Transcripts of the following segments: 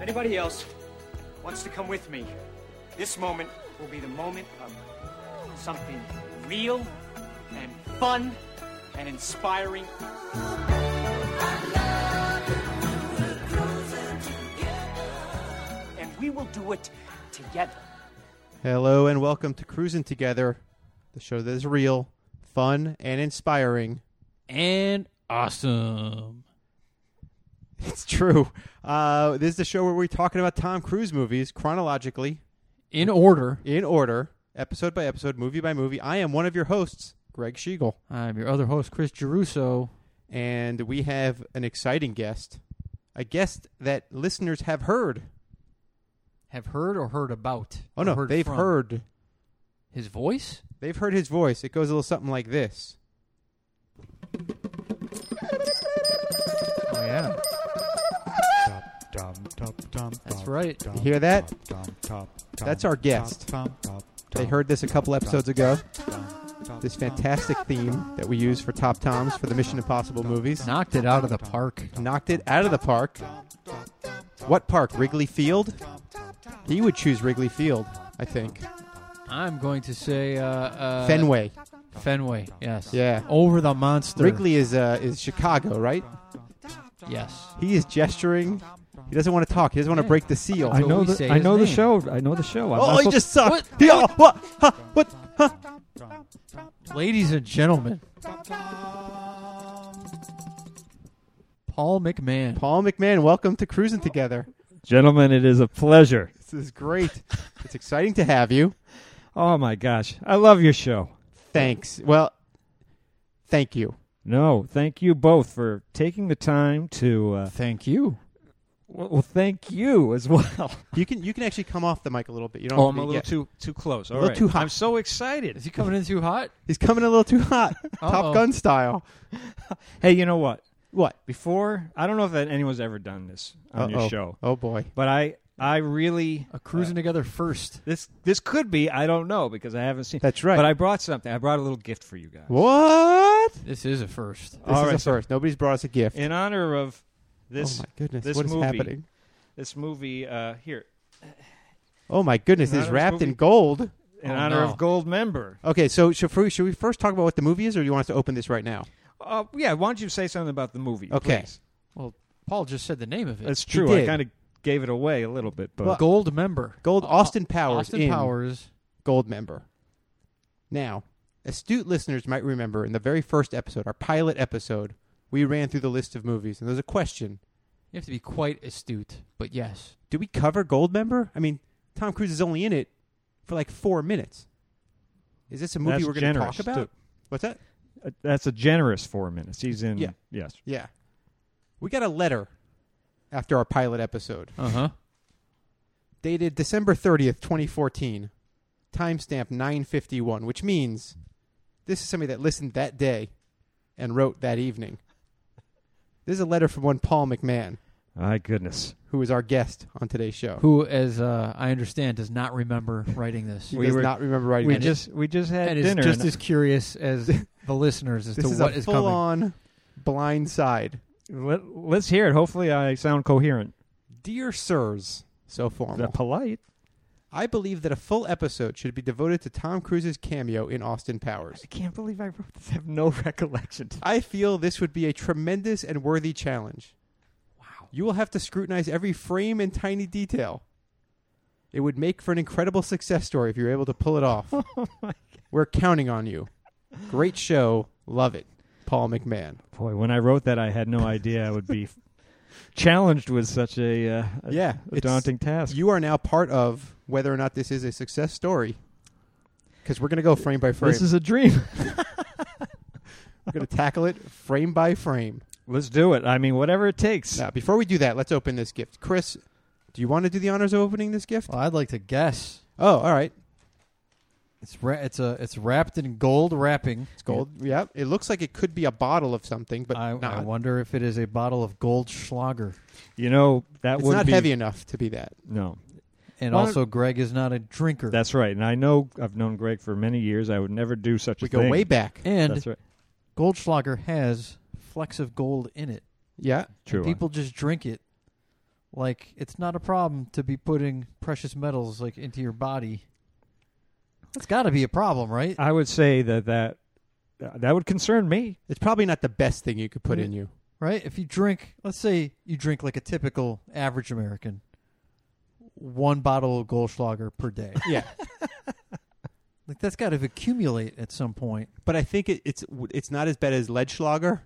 anybody else wants to come with me, this moment will be the moment of something real and fun and inspiring. And we will do it together. Hello and welcome to Cruising Together, the show that is real, fun, and inspiring. and awesome. It's true. Uh, this is the show where we're talking about Tom Cruise movies chronologically, In order, in order, episode by episode, movie by movie. I am one of your hosts, Greg Schiegel, I'm your other host, Chris Geruso. and we have an exciting guest, a guest that listeners have heard. Have heard or heard about? Oh Or no, heard they've from? heard. his voice. They've heard his voice. It goes a little something like this. Oh yeah, That's right. You hear that? That's our guest. They heard this a couple episodes ago. This fantastic theme that we use for top toms for the Mission Impossible movies. knocked it out of the park. knocked it out of the park. What park? Wrigley Field? He would choose Wrigley Field, I think. I'm going to say uh, uh, Fenway. Fenway. Yes. Yeah. Over the monster. Wrigley is uh, is Chicago, right? Yes. He is gesturing. He doesn't want to talk. He doesn't want to Yeah. break the seal. I So know we the say I his know the name. show. I know the show. I'm oh, not he supposed- just sucked. What? He- oh, what? Huh, what? Huh. Ladies and gentlemen, Paul McMahon. Paul McMahon, welcome to Cruising Together. gentlemen, it is a pleasure. This is great. it's exciting to have you. Oh my gosh, I love your show. Thanks. Well, thank you. No, thank you both for taking the time to. Uh, Thank you. well, well, thank you as well. You can you can actually come off the mic a little bit. You don't. Oh, have I'm to a be- little yeah. too too close. All little right. too hot. I'm so Is excited. he coming in too hot? He's coming a little too hot. Uh-oh. Top Gun style. Hey, you know what? What? Before, I don't know if that anyone's ever done this on Uh-oh. your show, Oh boy. but I I really A cruising together first. this this could be I don't know because I haven't seen. That's right. But I brought something. I brought a little gift for you guys. what? This This is a first. All is right, the so- first. Nobody's brought us a gift. in honor of oh this my goodness, this what is movie. happening? this movie uh, here Oh my goodness, In it's honor of wrapped movie- in gold. in Oh, honor no. of Gold Member. Okay, so Shafru, should we first talk about what the movie is, or do you want us to open this right now? Uh, yeah, why don't you say something about the movie? Okay. please? Well, Paul just said the name of it. that's true. He I did. kind of gave it away a little bit, but Gold member. Gold Uh, Austin Powers Austin in Powers. Gold member. Now, astute listeners might remember in the very first episode, our pilot episode, we ran through the list of movies, and there's a question: You have to be quite astute, but yes. Do we cover Gold member? I mean, Tom Cruise is only in it for like four minutes. Is this a movie That's we're going to talk generous, about? too. What's that? uh, that's a generous four minutes. He's in. Yeah. Yes. Yeah. We got a letter after our pilot episode, Uh huh. dated December 30th, 2014, timestamp 951, which means this is somebody that listened that day and wrote that evening. This is a letter from one Paul McMahon, My goodness. who is our guest on today's show. Who, as uh, I understand, does not remember writing this. he We does were- not remember writing We it. just we just had and is dinner. just and as curious as the listeners as this to is what a is coming. full-on blind side. uh, let, us hear it. Hopefully, I sound coherent. Dear sirs, so Is formal. that polite? I believe that a full episode should be devoted to Tom Cruise's cameo in Austin Powers. I can't believe I wrote this. I have no recollection. I feel this would be a tremendous and worthy challenge. Wow. You will have to scrutinize every frame and tiny detail. It would make for an incredible success story if you're able to pull it off. Oh We're counting on you. Great show. Love it. Paul McMahon. Boy, when I wrote that, I had no idea I would be challenged with such a, uh, a- Yeah, a it's- daunting task. You are now part of whether or not this is a success story. Because we're going to go frame by frame. This is a dream. we're going to tackle it frame by frame. Let's do it. I mean, whatever it takes. Now, before we do that, let's open this gift. Chris, do you want to do the honors of opening this gift? Well, I'd like to guess. Oh, all right. It's ra- it's a it's wrapped in gold wrapping. It's gold. Yeah. It looks like it could be a bottle of something, but I, not. I wonder if it is a bottle of gold Schlager. You know that it's would not be heavy enough to be that. No, And Why don't- also, Greg is not a drinker. that's right. And I know I've known Greg for many years. I would never do such We a go thing. way back. and That's right. gold Schlager has flecks of gold in it. Yeah. True. People just drink it Like it's not a problem to be putting precious metals like into your body. That's got to be a problem, right? I would say that that that would concern me. It's probably not the best thing you could put in you. right? If you drink, let's say you drink like a typical average American, one bottle of Goldschlager per day. Yeah. like that's got to accumulate at some point. But I think it, it's it's not as bad as lead schlager,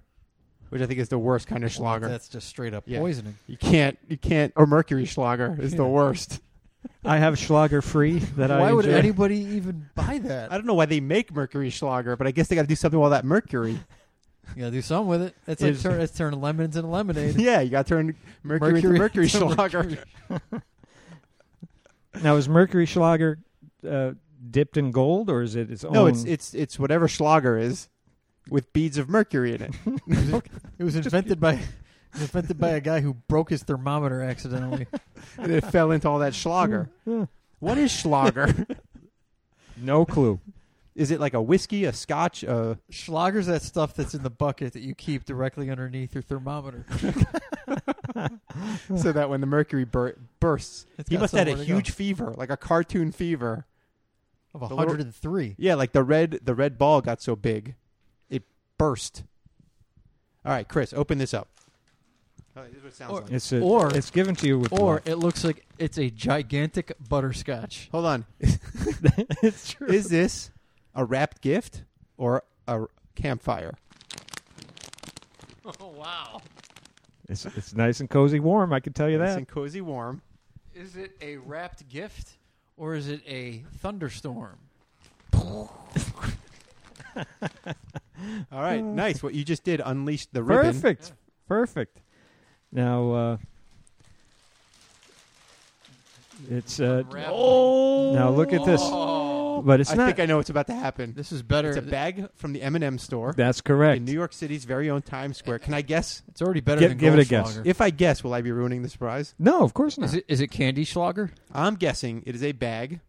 which I think is the worst kind of schlager. That's just straight up Yeah. poisoning. you can't you can't or mercury schlager is the Yeah. worst. I have Schlager free that I Why would enjoy. anybody even buy that? I don't know why they make mercury schlager, but I guess they got to do something with all that mercury. You gotta do something with it. That's like Is- turn, that's turning lemons into lemonade. yeah, you got to turn mercury, into mercury into schlager. mercury. now is Mercury Schlager uh, dipped in gold or is it its own? Oh. No, it's it's it's whatever schlager is with beads of mercury in it. It was invented by it was invented by a guy who broke his thermometer accidentally. and it fell into all that schlager. Yeah. what is schlager? no clue. is it like a whiskey, a scotch, a Schlager's that stuff that's in the bucket that you keep directly underneath your thermometer. so that when the mercury bur- bursts, It's he got must have had a somewhere to go. huge fever, like a cartoon fever. of the 103. Yeah, like the red the red ball got so big, it burst. All right, Chris, open this up. Oh, this is what it sounds Or- like. It's a, Or- it's given to you with Or love. it looks like it's a gigantic butterscotch. Hold on, it's true. is this a wrapped gift or a campfire? Oh wow! It's, it's nice and cozy, warm. I can tell you Nice that. and cozy, warm. Is it a wrapped gift or is it a thunderstorm? All right, nice. What you just did unleashed the ribbon. Mm. Perfect, perfect. Now uh, it's uh, Unwrap. oh. Now look at this, Oh. but it's I not. think I know what's about to happen. This is better. It's a bag from the M&M store that's correct. in New York City's very own Times Square. Can I guess? It's already better Give- than give it a guess. Goldschlager. If I guess, will I be ruining the surprise? no, of course not. Is it is it candy Schlager? I'm guessing it is a bag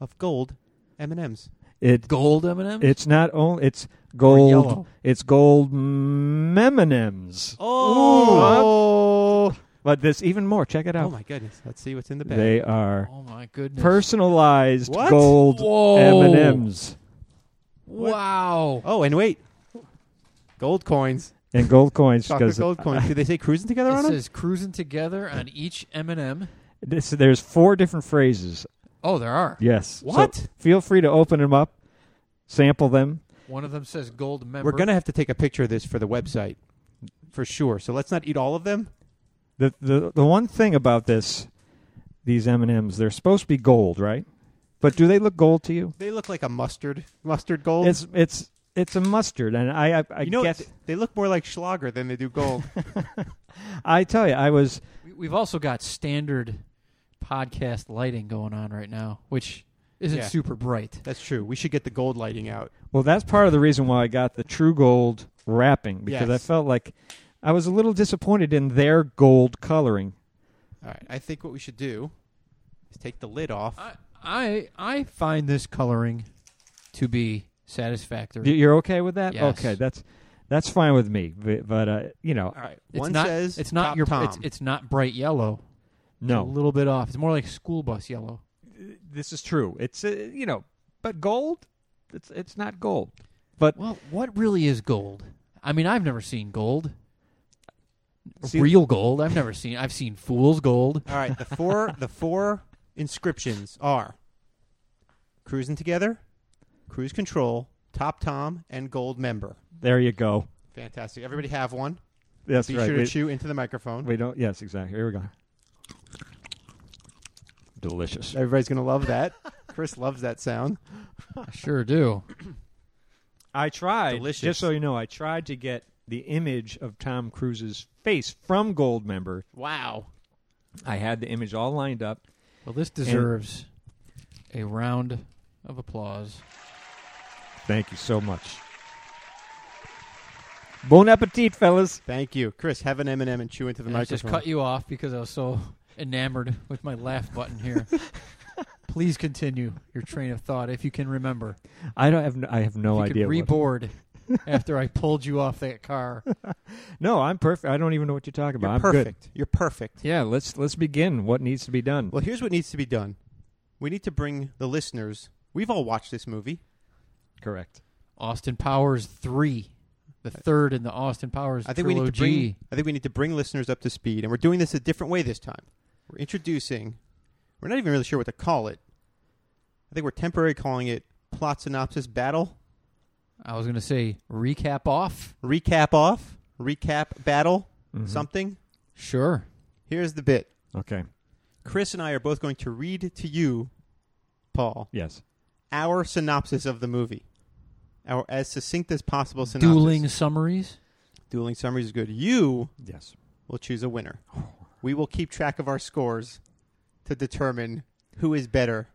of gold M&Ms. It- Gold M and m it's not only it's yellow. gold. It's gold M&Ms. Oh. But there's even more. Check it Oh out. my goodness. Let's see what's in the bag. they are Oh my goodness! personalized What? gold Whoa. M&Ms wow! oh, and wait. Gold coins. and gold coins Chocolate because gold coins. Do they say cruising together It on them? says cruising together on each M and m this, there's four different phrases. Oh, there are. Yes. So What? feel free to open them up, sample them. One of them says gold member. We're going to have to take a picture of this for the website for sure. So let's not eat all of them. The the the one thing about this these M&Ms, they're supposed to be gold, right? But do they look gold to you? They look like a mustard mustard gold. It's it's it's a mustard and I I, I you know, guess th- they look more like Schlager than they do gold. I tell you, I was We- We've also got standard podcast lighting going on right now, which isn't Yeah. super bright. That's true. We should get the gold lighting out. well, that's part of the reason why I got the True Gold wrapping because I Yes. felt like I was a little disappointed in their gold coloring. All right. I think what we should do is take the lid off. I I, I find this coloring to be You- satisfactory. You're okay with that? Yes. Okay, that's that's fine with me. But, but uh, you know, all right. It's One not, says it's not Top your Tom. it's it's not bright yellow. It's a no, little bit off. It's more like school bus yellow. this is true. It's uh, you know, but gold, it's it's not gold. But Well, what really is gold? I mean, I've never seen gold. See- Real gold. I've never seen. I've seen fool's gold. All right, the four the four inscriptions are cruising together, cruise control, top tom, and gold member. there you go. Fantastic. Everybody have one. That's Be right. sure to we, chew into the microphone. we don't. Yes, exactly. Here we go. Delicious. Everybody's gonna love that. Chris loves that sound. I sure do. I tried. Delicious. Just so you know, I tried to get the image of Tom Cruise's face from Gold Member. Wow. I had the image all lined up. Well, this deserves a round of applause. Thank you so much. Bon appetit, fellas. Thank you, Chris. Have an M and m and chew into the And I microphone. just cut you off because I was so enamored with my laugh button here. Please continue your train of thought if you can remember. I don't have. No, I have no if you idea. Could what- reboard after I pulled you off that car. No, I'm perfect. I don't even know what you're talking about. You're I'm perfect. You're perfect. good. Yeah, let's let's begin. What needs to be done? Well, here's what needs to be done. We need to bring the listeners. We've all watched this movie. Correct. Austin Powers three, the third in the Austin Powers I think we trilogy. need to bring. I think we need to bring listeners up to speed, and we're doing this a different way this time. We're introducing. We're not even really sure what to call it. I think we're temporarily calling it plot synopsis battle I was going to say recap off. recap off recap battle Mhm. something. Sure. Here's the bit. Okay. Chris and I are both going to read to you, Paul, Yes. our synopsis of the movie, our as succinct as possible synopsis. Dueling summaries. dueling summaries is good. You Yes. will choose a winner. We will keep track of our scores to determine who is better.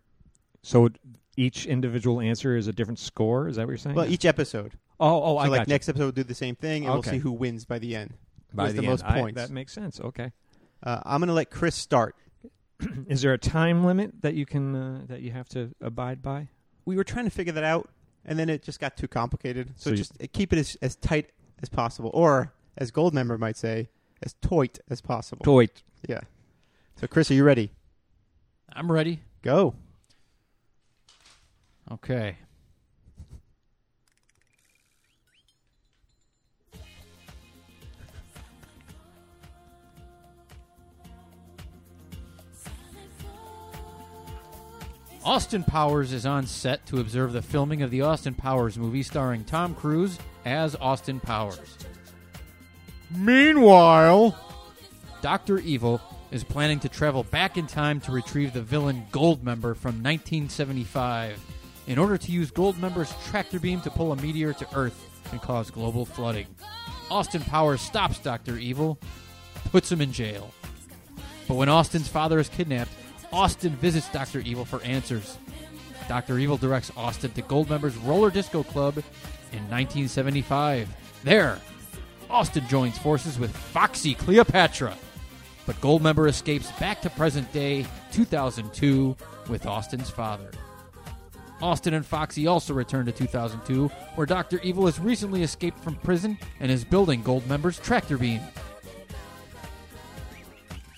So each individual answer is a different score. Is that what you're saying? Well, each episode. oh, oh, so I like got you. next episode, we'll do the same thing, and Okay. we'll see who wins by the end. By was the end. most I- points. that makes sense. Okay. Uh, I'm going to let Chris start. Is there a time limit that you can uh, that you have to abide by? We were trying to figure that out, and then it just got too complicated. So So, you- just uh, keep it as, as tight as possible, or as Gold Member might say, as toit as possible. Toit. Yeah. So, Chris, are you ready? I'm ready. Go. Okay. Austin Powers is on set to observe the filming of the Austin Powers movie starring Tom Cruise as Austin Powers. Meanwhile, Dr. Evil is planning to travel back in time to retrieve the villain Goldmember from 1975 in order to use Goldmember's tractor beam to pull a meteor to Earth and cause global flooding. Austin Powers stops Dr. Evil, puts him in jail. But when Austin's father is kidnapped, Austin visits Dr. Evil for answers. Dr. Evil directs Austin to Goldmember's Roller Disco Club in 1975. There, Austin joins forces with Foxy Cleopatra. But Goldmember escapes back to present day 2002 with Austin's father. Austin and Foxy also return to 2002, where Dr. Evil has recently escaped from prison and is building Goldmember's tractor beam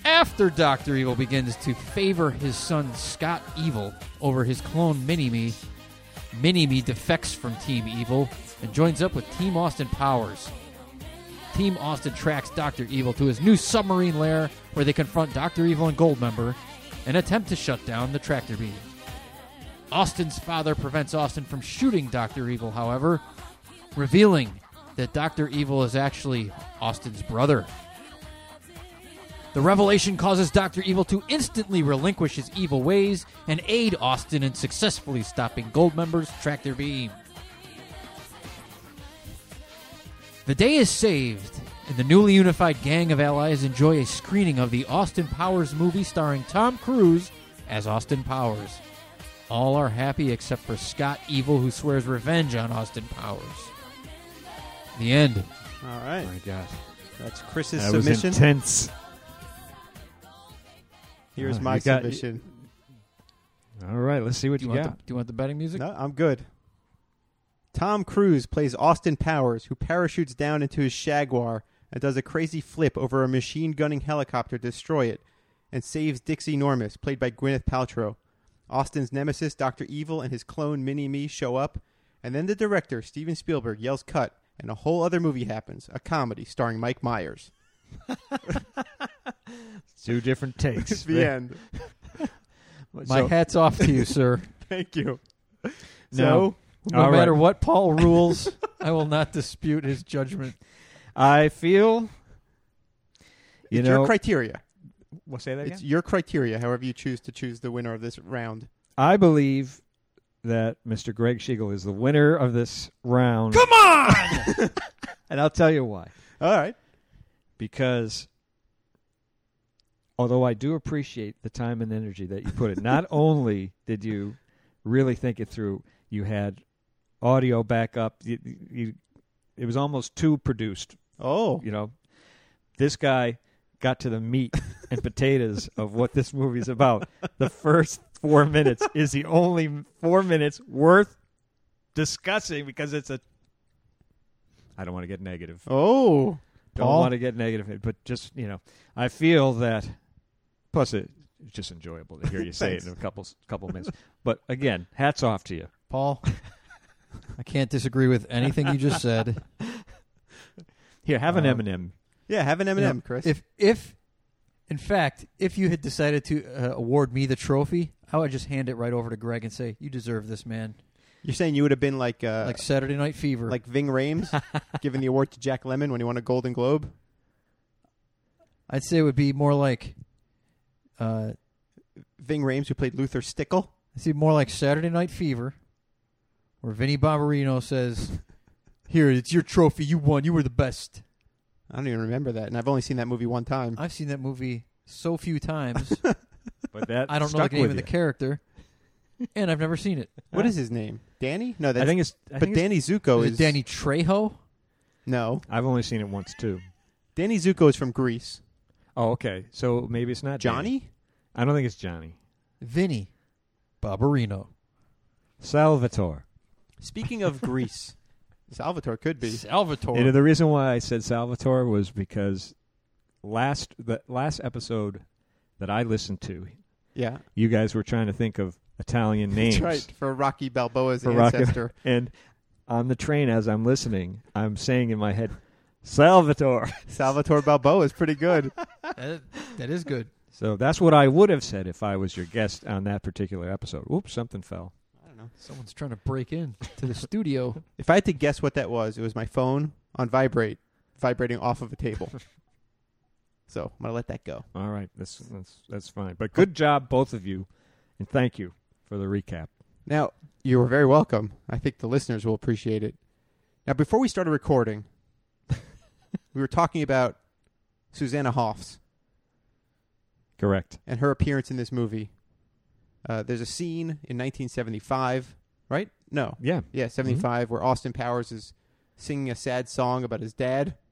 after Dr. Evil begins to favor his son Scott Evil over his clone Mini Me, Mini Me defects from Team Evil and joins up with Team Austin Powers. Team Austin tracks Dr. Evil to his new submarine lair where they confront Dr. Evil and Goldmember and attempt to shut down the tractor beam. Austin's father prevents Austin from shooting Dr. Evil, however, revealing that Dr. Evil is actually Austin's brother. The revelation causes Dr. Evil to instantly relinquish his evil ways and aid Austin in successfully stopping Goldmember's tractor beam. The day is saved, and the newly unified gang of allies enjoy a screening of the Austin Powers movie starring Tom Cruise as Austin Powers. All are happy except for Scott Evil, who swears revenge on Austin Powers. The end. All right. Oh my gosh. That's Chris's That was submission. intense. Here's Uh, my you got- submission. All right, let's see what Do you, you, want the, got. do you want the betting music? No, I'm good. Tom Cruise plays Austin Powers, who parachutes down into his Jaguar and does a crazy flip over a machine gunning helicopter to destroy it, and saves Dixie Normus, played by Gwyneth Paltrow. Austin's nemesis, Dr. Evil, and his clone, Mini Me, show up, and then the director, Steven Spielberg, yells cut, and a whole other movie happens a comedy starring Mike Myers. Two different takes. the end. My So- hat's off to you, sir. Thank you. No. So, No All right. matter what Paul rules, I will not dispute his judgment. I feel. You it's know, your criteria. we'll say that It's your criteria, however you choose to choose the winner of this round. I believe that Mr. Greg Schiegel is the winner of this round. Come on! And I'll tell you why. All right. Because although I do appreciate the time and energy that you put in, not only did you really think it through, you had audio backup. You, you, it was almost too produced, Oh. you know. This guy got to the meat and potatoes of what this movie's about. The first four minutes is the only four minutes worth discussing because it's a I don't want to get negative. Oh, don't Paul? want to get negative, but just you know, I feel that. Plus, it, it's just enjoyable to hear you say it in a couple couple minutes. But again, hats off to you. Paul, I can't disagree with anything you just said. Here, have an Uh, M and M. yeah. Have an M and Yeah. M, Chris. If if in fact, if you had decided to uh, award me the trophy, I would just hand it right over to Greg and say, "You deserve this, man." You're saying you would have been like uh, like Saturday Night Fever. like Ving Rhames giving the award to Jack Lemon when he won a Golden Globe. I'd say it would be more like uh Ving Rhames, who played Luther Stickle. I'd say more like Saturday Night Fever where Vinnie Barbarino says, "Here, it's your trophy. You won. You were the best." I don't even remember that, and I've only seen that movie one time. I've seen that movie so few times. But that I don't know stuck the name with of the you. character, and I've never seen it. What is his name? Danny? No, that's I think it's. I but think it's- Danny Zuko Is is, it Danny Trejo? No, I've only seen it once too. Danny Zuko is from Greece. Oh, okay. So maybe it's not Danny. Johnny? I don't think it's Johnny. Vinnie Barbarino. Salvatore. Speaking of Greece, Salvatore could be. Salvatore. And the reason why I said Salvatore was because last the last episode that I listened to, Yeah, you guys were trying to think of Italian names that's right. For Rocky Balboa's for Rocky- ancestor. And on the train as I'm listening, I'm saying in my head, Salvatore. Salvatore Balboa is pretty good. Uh, That- that is good. So that's what I would have said if I was your guest on that particular episode. Oops, something fell. I don't know. Someone's trying to break in to the studio. If I had to guess what that was, it was my phone on vibrate, vibrating off of a table. so I'm gonna let that go. All right, that's that's that's fine. But good job, both of you, and thank you for the recap. Now you were very welcome. I think the listeners will appreciate it. Now before we started recording, we were talking about Susanna Hoffs Correct. and her appearance in this movie. Uh, there's a scene in 1975, right? No, Yeah. yeah, 75, where Austin Powers is singing a sad song about his dad.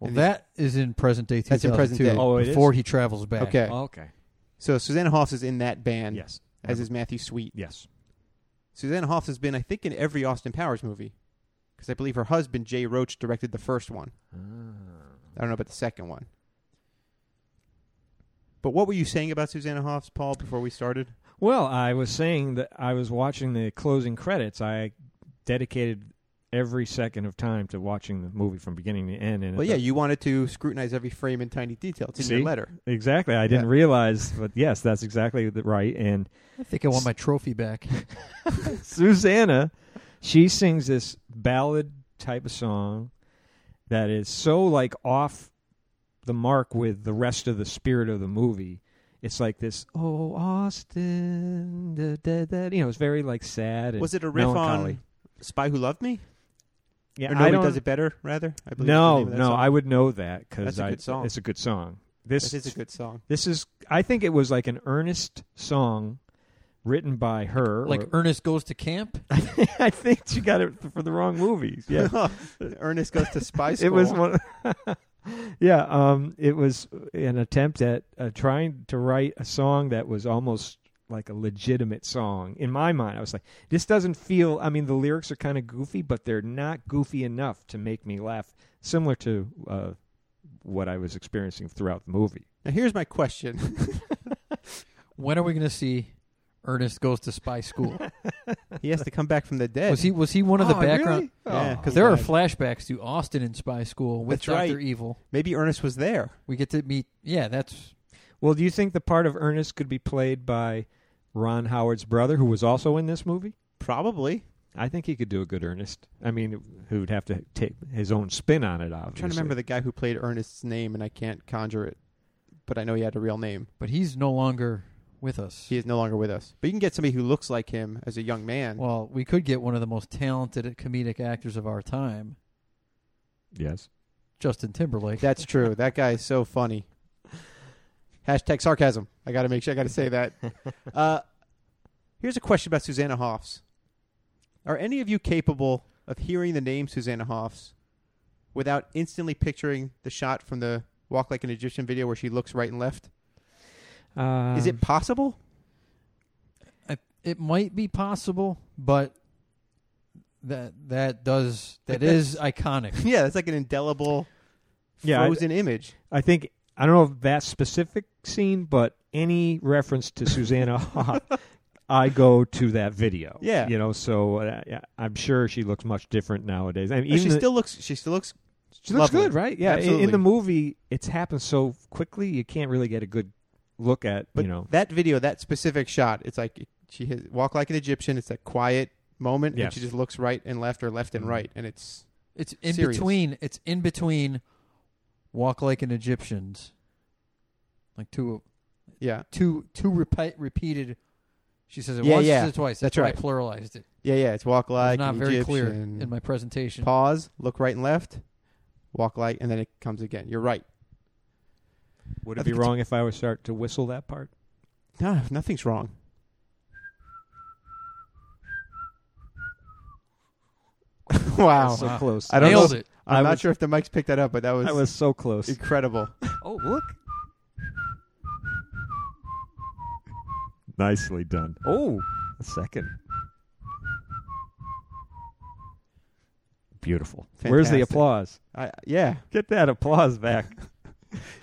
Well, And that is in present day. That's in present 2002, day. Oh, it is? before he travels back. Oh, Okay, Okay. so Susanna Hoffs is in that band. yes. as is Matthew Sweet. yes. Susanna Hoffs has been, I think, in every Austin Powers movie because I believe her husband Jay Roach directed the first one. I don't know about the second one. But what were you saying about Susanna Hoffs, Paul, before we started? Well, I was saying that I was watching the closing credits. I dedicated every second of time to watching the movie from beginning to end. And Well, at yeah, the- you wanted to scrutinize every frame and tiny detail. It's in See? your letter. exactly. I didn't Yeah. realize, but yes, that's exactly the, right. And I think I want my trophy back. Susanna, she sings this ballad type of song that is so like off the mark with the rest of the spirit of the movie. It's like this, oh Austin, da, da, da," you know, it's very like sad. And Was it a riff melancholy. on Spy Who Loved Me? Yeah, Or I Nobody don't, Does It Better, rather? I believe is the No, name of that no, song. I would know that That's because a good song. it's a good song. This That is a good song. this is I think it was like an earnest song written by her. like or- Ernest goes to camp. I think she got it for the wrong movies. Yeah, Ernest goes to spy school. it was one. yeah, um, it was an attempt at uh, trying to write a song that was almost like a legitimate song in my mind. I was like, this doesn't feel. I mean, the lyrics are kind of goofy, but they're not goofy enough to make me laugh. Similar to uh, what I was experiencing throughout the movie. Now, here's my question. When are we going to see Ernest goes to spy school? he has to come back from the dead. was he was he one of the Oh, background? really? Yeah, Oh. because There are flashbacks to Austin in Spy School with That's Doctor right. Evil. Maybe Ernest was there. We get to meet. Yeah, that's Well, do you think the part of Ernest could be played by Ron Howard's brother, who was also in this movie? Probably. I think he could do a good Ernest. I mean, who would have to take his own spin on it, obviously. I'm trying to remember the guy who played Ernest's name, and I can't conjure it. But I know he had a real name. but he's no longer with us. He is no longer with us. But you can get somebody who looks like him as a young man. Well, we could get one of the most talented comedic actors of our time, Yes. Justin Timberlake. That's true. that guy is so funny. Hashtag sarcasm. I got to make sure. I got to say that. Uh, here's a question about Susanna Hoffs. Are any of you capable of hearing the name Susanna Hoffs without instantly picturing the shot from the Walk Like an Egyptian video where she looks right and left? Um, is it possible? I, it might be possible, but that that does Like that is iconic. yeah, that's like an indelible Yeah, I- frozen image. I think I don't know if that specific scene, but any reference to Susanna Hoff, I go to that video. Yeah. you know, so uh, yeah, I'm sure she looks much different nowadays. I mean, And even she the- still looks. She still looks. she looks lovely. good, right? Yeah, in- in, Absolutely. the movie, it's happened so quickly you can't really get a good look at But you know. that video, that specific shot, it's like she has, walk like an Egyptian. It's that quiet moment, and Yes. she just looks right and left, or left and Mhm. right, and it's It's in Serious. between. It's in between. Walk like an Egyptian's. Like two, yeah, two, two repeat, repeated. She says it Yeah, once. She yeah. says it twice. That's why right. I pluralized it. yeah, yeah. It's walk like it's not an very clear Egyptian. in my presentation. Pause. Look right and left. Walk like, and then it comes again. You're right. Would I it think be it's- wrong if I would start to whistle that part? No, nothing's wrong. wow. so wow. close. I don't Nailed know. it. I'm I not was- sure if the mics picked that up, but that was, I was so close. incredible. Oh look! Nicely done. Oh, a second. Beautiful. Where's the Fantastic. applause? I, yeah. Get that applause back.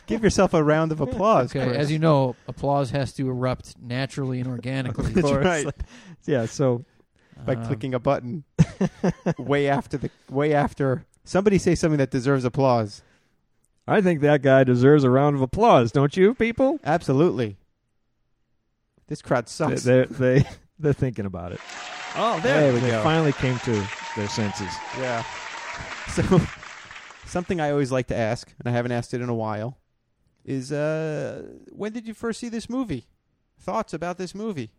Give yourself a round of applause. Okay, Chris. as you know, applause has to erupt naturally and organically. That's right. yeah, so By Um, clicking a button way after the way after somebody say something that deserves applause. I think that guy deserves a round of applause, don't you, people? Absolutely. This crowd They, sucks. they, they, they're thinking about it. oh, they finally came to their senses. Yeah. So, something I always like to ask, and I haven't asked it in a while, is uh, when did you first see this movie? Thoughts about this movie?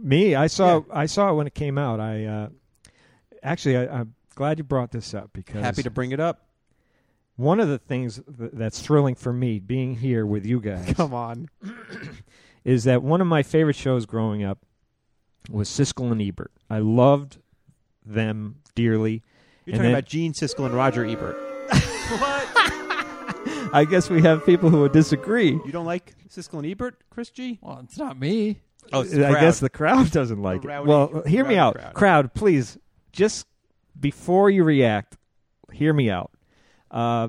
Me, I saw I saw it when it came out. I uh, Actually, I, I'm glad you brought this up because Happy to bring it up. one of the things th- that's thrilling for me being here with you guys Come on. is that one of my favorite shows growing up was Siskel and Ebert. I loved them dearly. You're And talking then- about Gene Siskel and Roger Ebert. I guess we have people who would disagree. You don't like Siskel and Ebert, Chris G? Well, it's not me. Oh, it's the I crowd. guess the crowd doesn't like The it. rowdy- Well, hear rowdy me out. crowd. Crowd. please, just before you react, hear me out. Uh,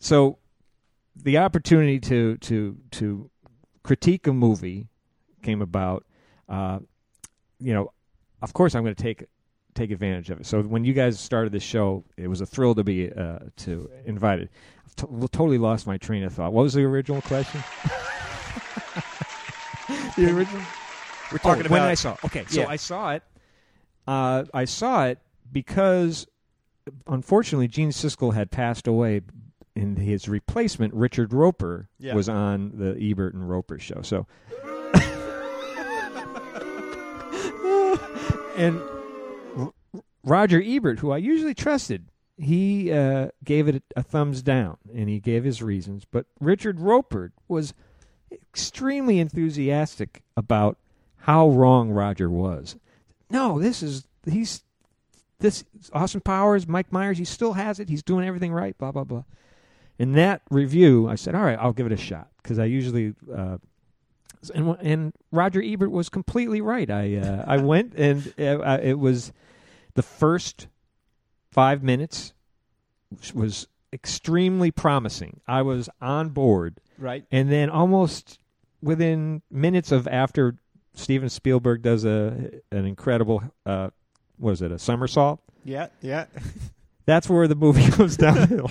so, the opportunity to to to critique a movie came about. Uh, you know, of course, I'm going to take take advantage of it. So when you guys started this show, it was a thrill to be uh, to invited. I've to- totally lost my train of thought. What was the original question? the original. We're talking Oh, about when I saw. it. Okay, so Yeah. I saw it. Uh, I saw it because, unfortunately, Gene Siskel had passed away, and his replacement, Richard Roper, Yeah. was on the Ebert and Roper show. So, and R- Roger Ebert, who I usually trusted. He uh, gave it a thumbs down, and he gave his reasons. But Richard Roper was extremely enthusiastic about how wrong Roger was. No, this is he's this Austin Powers, Mike Myers, he still has it. He's doing everything right. Blah blah blah. In that review, I said, "All right, I'll give it a shot," because I usually. Uh, and and Roger Ebert was completely right. I uh, I went and uh, I, it was the first five minutes was extremely promising. I was on board right. and then almost within minutes of after Steven Spielberg does a an incredible uh, what is it a somersault? Yeah, yeah. That's where the movie goes downhill.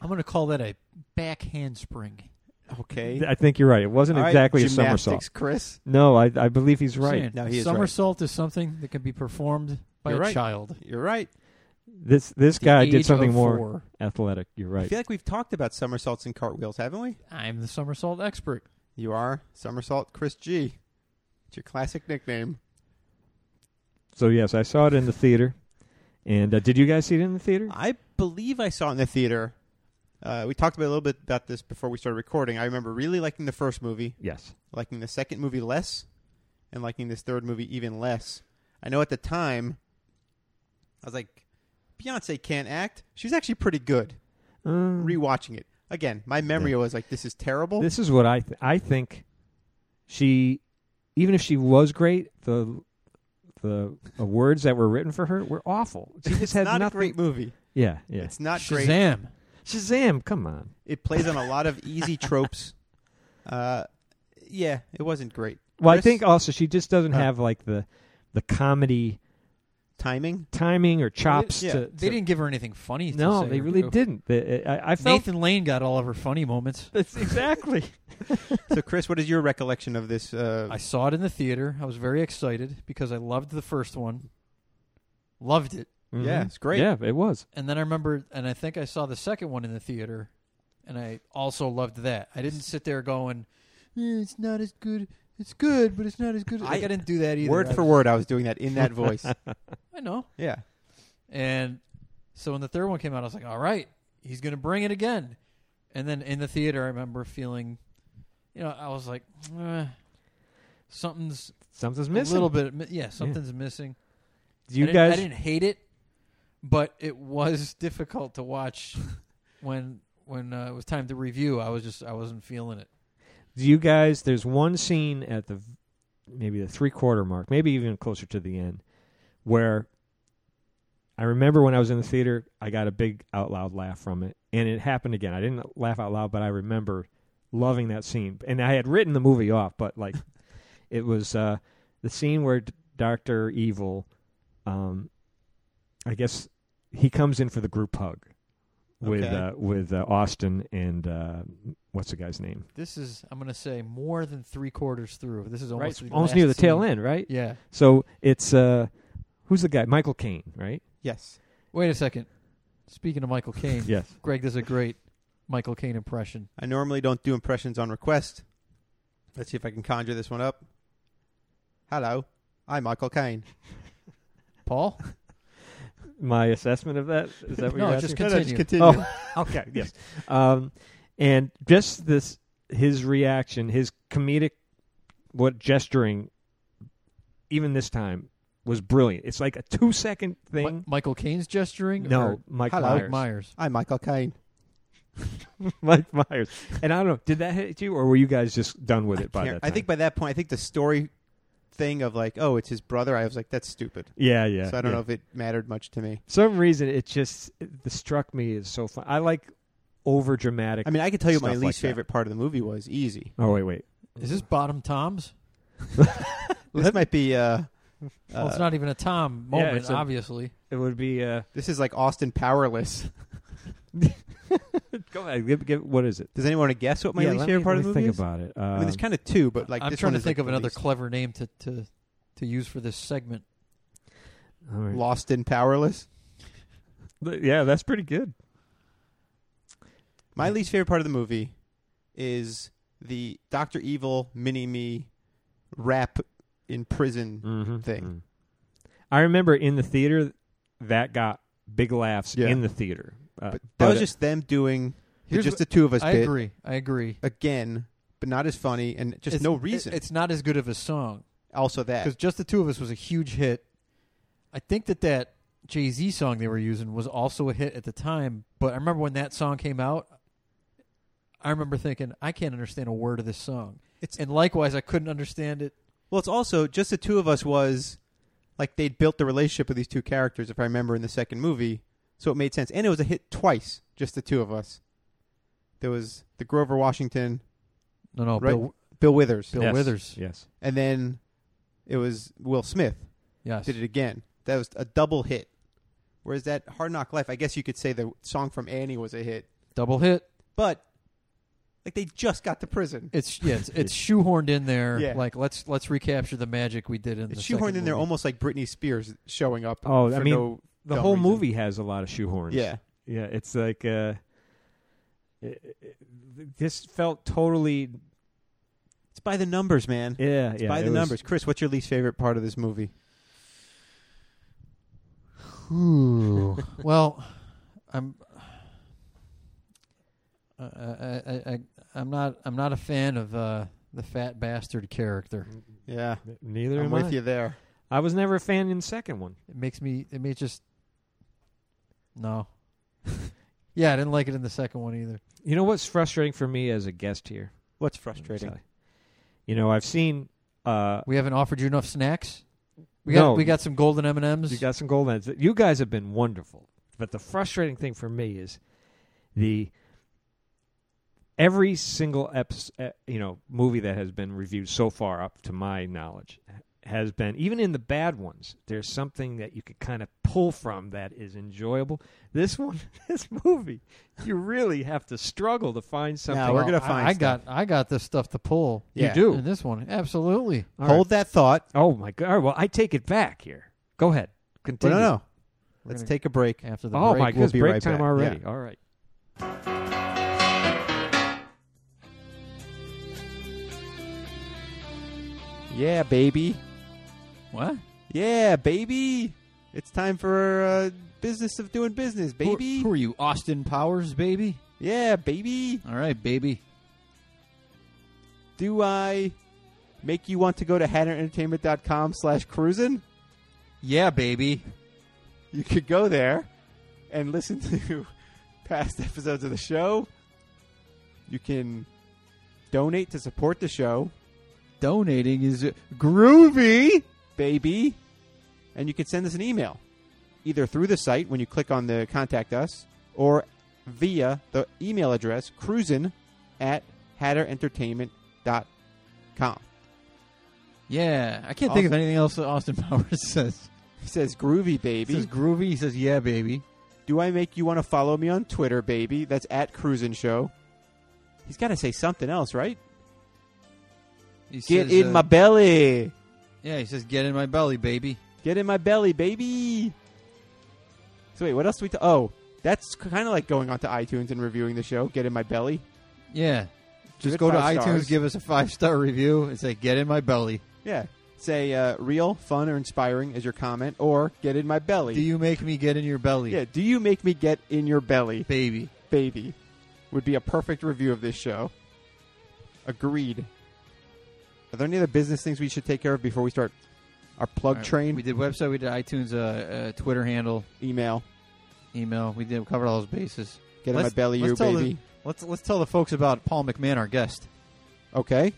I'm going to call that a back handspring. Okay. I think you're right. It wasn't All right, exactly a gymnastics, somersault. Chris. No, I, I believe he's Just right. saying, No, he is right. somersault is something that can be performed by You're a right. child. You're right. This this The guy age did something of more four. athletic. You're I right. feel like we've talked about somersaults and cartwheels, haven't we? I'm the somersault expert. You are somersault Chris G. It's your classic nickname. So yes, I saw it in the theater. And uh, did you guys see it in the theater? I believe I saw it in the theater. Uh, we talked about a little bit about this before we started recording. I remember really liking the first movie, Yes. liking the second movie less, and liking this third movie even less. I know at the time, I was like, Beyonce can't act. She was actually pretty good. Um, Rewatching it again, my memory Yeah. was like, this is terrible. This is what I th- I think. She, even if she was great, the the uh, words that were written for her were awful. She just had not nothing. a great movie. yeah, yeah. It's not great. Shazam. Shazam! Come on. It plays on a lot of easy tropes. Uh, yeah, it wasn't great Well, I Chris? think also she just doesn't Uh. Huh. have like the the comedy timing. timing or chops yeah, to. They to- didn't give her anything funny. to No, say they or really do. didn't. They- I, I felt Nathan Lane got all of her funny moments. that's exactly. So, Chris, what is your recollection of this? Uh, I saw it in the theater. I was very excited because I loved the first one. Loved it. Yeah, Mhm. it's great. Yeah, it was. And then I remember, and I think I saw the second one in the theater, and I also loved that. I didn't sit there going, "Eh, "It's not as good. It's good, but it's not as good." Like, I, I- didn't do that either. word I for was- word, I was doing that in that voice. I know. yeah, And so when the third one came out, I was like, "All right, he's going to bring it again." And then in the theater, I remember feeling, you know, I was like, eh, "Something's Something's missing. a little bit, mi- yeah, something's missing." Do you I didn't, guys I didn't hate it, but it was difficult to watch when when uh, it was time to review. I was just I wasn't feeling it. Do you guys? There's one scene at the maybe the three quarter mark, maybe even closer to the end, where I remember when I was in the theater, I got a big out loud laugh from it, and it happened again. I didn't laugh out loud, but I remember loving that scene, and I had written the movie off, but like it was uh, the scene where Doctor Evil, um, I guess he comes in for the group hug with Okay. uh, with uh, Austin and uh, what's the guy's name? This is I'm going to say more than three quarters through. This is almost the almost last near the tail scene. end, right? Yeah. So it's uh, who's the guy? Michael Caine, right? yes. Wait a second. Speaking of Michael Caine, Yes. Greg does a great Michael Caine impression. I normally don't do impressions on request. Let's see if I can conjure this one up. Hello, I'm Michael Caine. Paul, My assessment of that is that what No, you're just asking? No, no, just continue. Oh, okay, yes. Um, and just this, his reaction, his comedic, what gesturing, even this time was brilliant. It's like a two second Mi- thing. Michael Caine's gesturing. no, or Mike Hello, Myers. Mike Myers. I'm Michael Caine. Mike Myers. And I don't know, did that hit you, or were you guys just done with it by Here, that? I think by time? that point, I think the story thing of like, oh, it's his brother. I was like, that's stupid. Yeah, yeah. so I don't yeah. know if it mattered much to me. some reason it just it the struck me as so fun. I like over dramatic. I mean, I could tell you Stuff my like least that. favorite part of the movie was easy. oh wait, wait. Mm-hmm. Is this Bottom Tom's? This might be. Uh, well, it's uh, not even a Tom yeah, moment, it's a- obviously. It would be. Uh, this is like Austin Powerless. go ahead. Give, give, what is it? Does anyone want to guess what my Yeah, least let favorite me- part let of the me movie think is? about it. Uh, I mean, there's kind of two, but like I'm this trying one to is, think like, of the another least. clever name to, to to use for this segment. all right. Lost and Powerless. Th- Yeah, that's pretty good. My least favorite part of the movie is the Doctor Evil mini me rap in prison. Mm-hmm. Thing. I remember in the theater that got big laughs Yeah. in the theater. Uh, But that was it- just them doing the Here's just what- the two of us I bit agree. I agree. again, but not as funny and just It's- no it- reason. it's not as good of a song. also because that just the two of us was a huge hit. I think that that Jay Z song they were using was also a hit at the time. But I remember when that song came out, I remember thinking I can't understand a word of this song, it's and likewise I couldn't understand it. well, it's also just the two of us was like they'd built the relationship with these two characters, if I remember in the second movie, so it made sense. And it was a hit twice, just the two of us. There was the Grover Washington, No, no, Right. Oh, Bill, Bill Withers, Bill Yes. Withers. yes. and then it was Will Smith. Yes, did it again. That was a double hit. Whereas that Hard Knock Life, I guess you could say the song from Annie was a hit, double hit. but like they just got to prison. It's yeah, it's, it's shoehorned in there. Yeah. Like let's let's recapture the magic we did in It's the shoehorned in second there movie. almost like Britney Spears showing up. Oh, I for mean, no- The Dumb whole reason. movie has a lot of shoehorns. yeah, Yeah, it's like uh, it, it, this felt totally. it's by the numbers, man. Yeah, It's yeah. by it the was- numbers. Chris, what's your least favorite part of this movie? Ooh. well, I'm. I, I, I, I, I'm not. I'm not a fan of uh, the fat bastard character. Yeah, Neither I'm am I. with you there. I was never a fan in the second one. It makes me. It makes just. No. yeah, I didn't like it in the second one either. You know what's frustrating for me as a guest here? What's Let me frustrating? tell You You know, I've seen. Uh, We haven't offered you enough snacks. We got No. we got some golden M and You M's. got some gold medals. You guys have been wonderful. But the frustrating thing for me is the every single eps, uh, you know movie that has been reviewed so far up to my knowledge has been even in the bad ones there's something that you could kind of pull from that is enjoyable this one this movie you really have to struggle to find something we're gonna find I, stuff. got I got this stuff to pull. You Yeah. do. in this one, absolutely. All right. Hold that thought. oh my god All right, well i take it back here go ahead But continue no, no. Let's take a break. After the oh break, my we'll goodness be break right time back. already Yeah. all right Yeah, baby. what? Yeah, baby. It's time for uh, business of doing business, baby. Who, who are you, Austin Powers, baby? Yeah, baby. All right, baby. Do I make you want to go to HatterEntertainment.com slash cruisin'? Yeah, baby. You could go there and listen to past episodes of the show. You can donate to support the show, Donating is groovy. baby. And you can send us an email either through the site when you click on the contact us or via the email address cruisin at hatterentertainment.com. Yeah, I can't think of Austin- anything else that Austin Powers says. He says, groovy, He baby. says groovy. He says yeah, baby. Do I make you want to follow me on Twitter, baby? That's at Cruisin' Show. He's got to say something else, right? He Get says, in uh, my belly. yeah. He says get in my belly, baby. Get in my belly, baby. So wait, what else do we? T- oh, that's kind of like going onto iTunes and reviewing the show. Get in my belly. Yeah. Just it go to five iTunes, stars. give us a five star review, and say get in my belly. Yeah. Say uh, real, fun, or inspiring as your comment, or get in my belly. Do you make me get in your belly, yeah. Do you make me get in your belly, baby? baby? Would be a perfect review of this show. Agreed. Are there any other business things we should take care of before we start our plug All right, train? We did website. We did iTunes, uh, uh, Twitter handle, Email. email. We did cover all those bases. Get Let's- in my belly, let's you tell baby. The, let's let's tell the folks about Paul McMahon, our guest. Okay.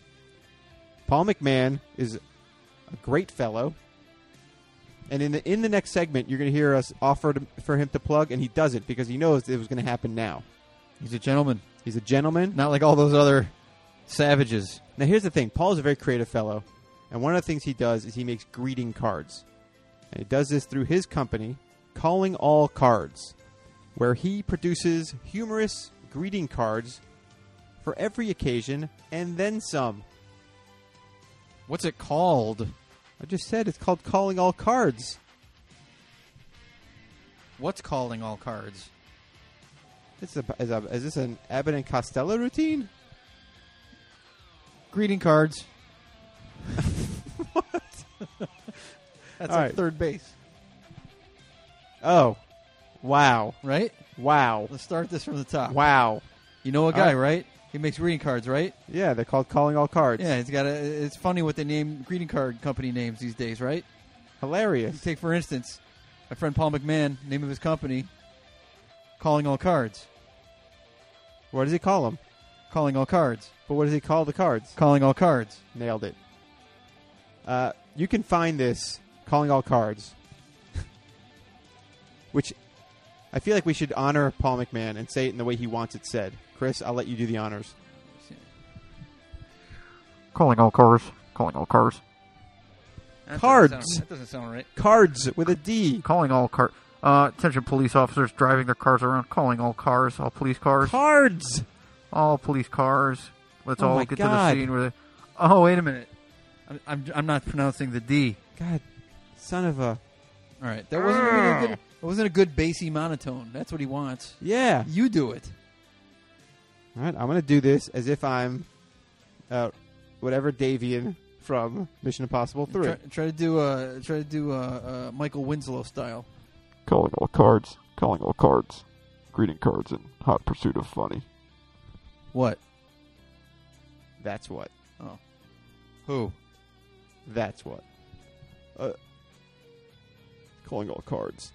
Paul McMahon is a great fellow. And in the in the next segment, you're going to hear us offer to, for him to plug, and he does it because he knows it was going to happen now. He's a gentleman, He's a gentleman. not like all those other savages. Now, here's the thing: Paul is a very creative fellow, and one of the things he does is he makes greeting cards, and he does this through his company, Calling All Cards, where he produces humorous greeting cards for every occasion and then some. What's it called? I just said it's called Calling All Cards. What's calling all cards? This is, a, is, a, is this an Abbott and Costello routine? Greeting cards. what? That's All our right. third base, Oh, wow, right? wow, Let's start this from the top. wow! You know a All guy, right. right? He makes greeting cards, right? Yeah, they're called calling all cards. Yeah, it's got a. It's funny what they name greeting card company names these days, right? You hilarious. take for instance, my friend Paul McMahon, name of his company, calling all cards, What does he call them? calling all cards, But what does he call the cards? calling all cards. Nailed it. Uh, you can find this calling all cards, which I feel like we should honor Paul McMahon and say it in the way he wants it said. Chris, I'll let you do the honors. Calling all cars. Calling all cars. That Cards. doesn't sound- that doesn't sound right. Cards with a D. Calling all cars. Uh, attention police officers driving their cars around. Calling all cars. All police cars. Cards. all police cars. Let's Oh all my get God. to the scene where they. Oh, wait a minute. I'm, I'm, I'm not pronouncing the D. God, son of a All right, that wasn't really a good. Ah. It wasn't a good bassy monotone. That's what he wants. yeah. You do it. All right, I'm going to do this as if I'm uh, whatever Davian from Mission Impossible 3. Try, try to do a try to do a, a Michael Winslow style. Calling all cards. Calling all cards. Greeting cards in hot pursuit of funny. What? That's what. Who? That's what. Uh, Calling all cards.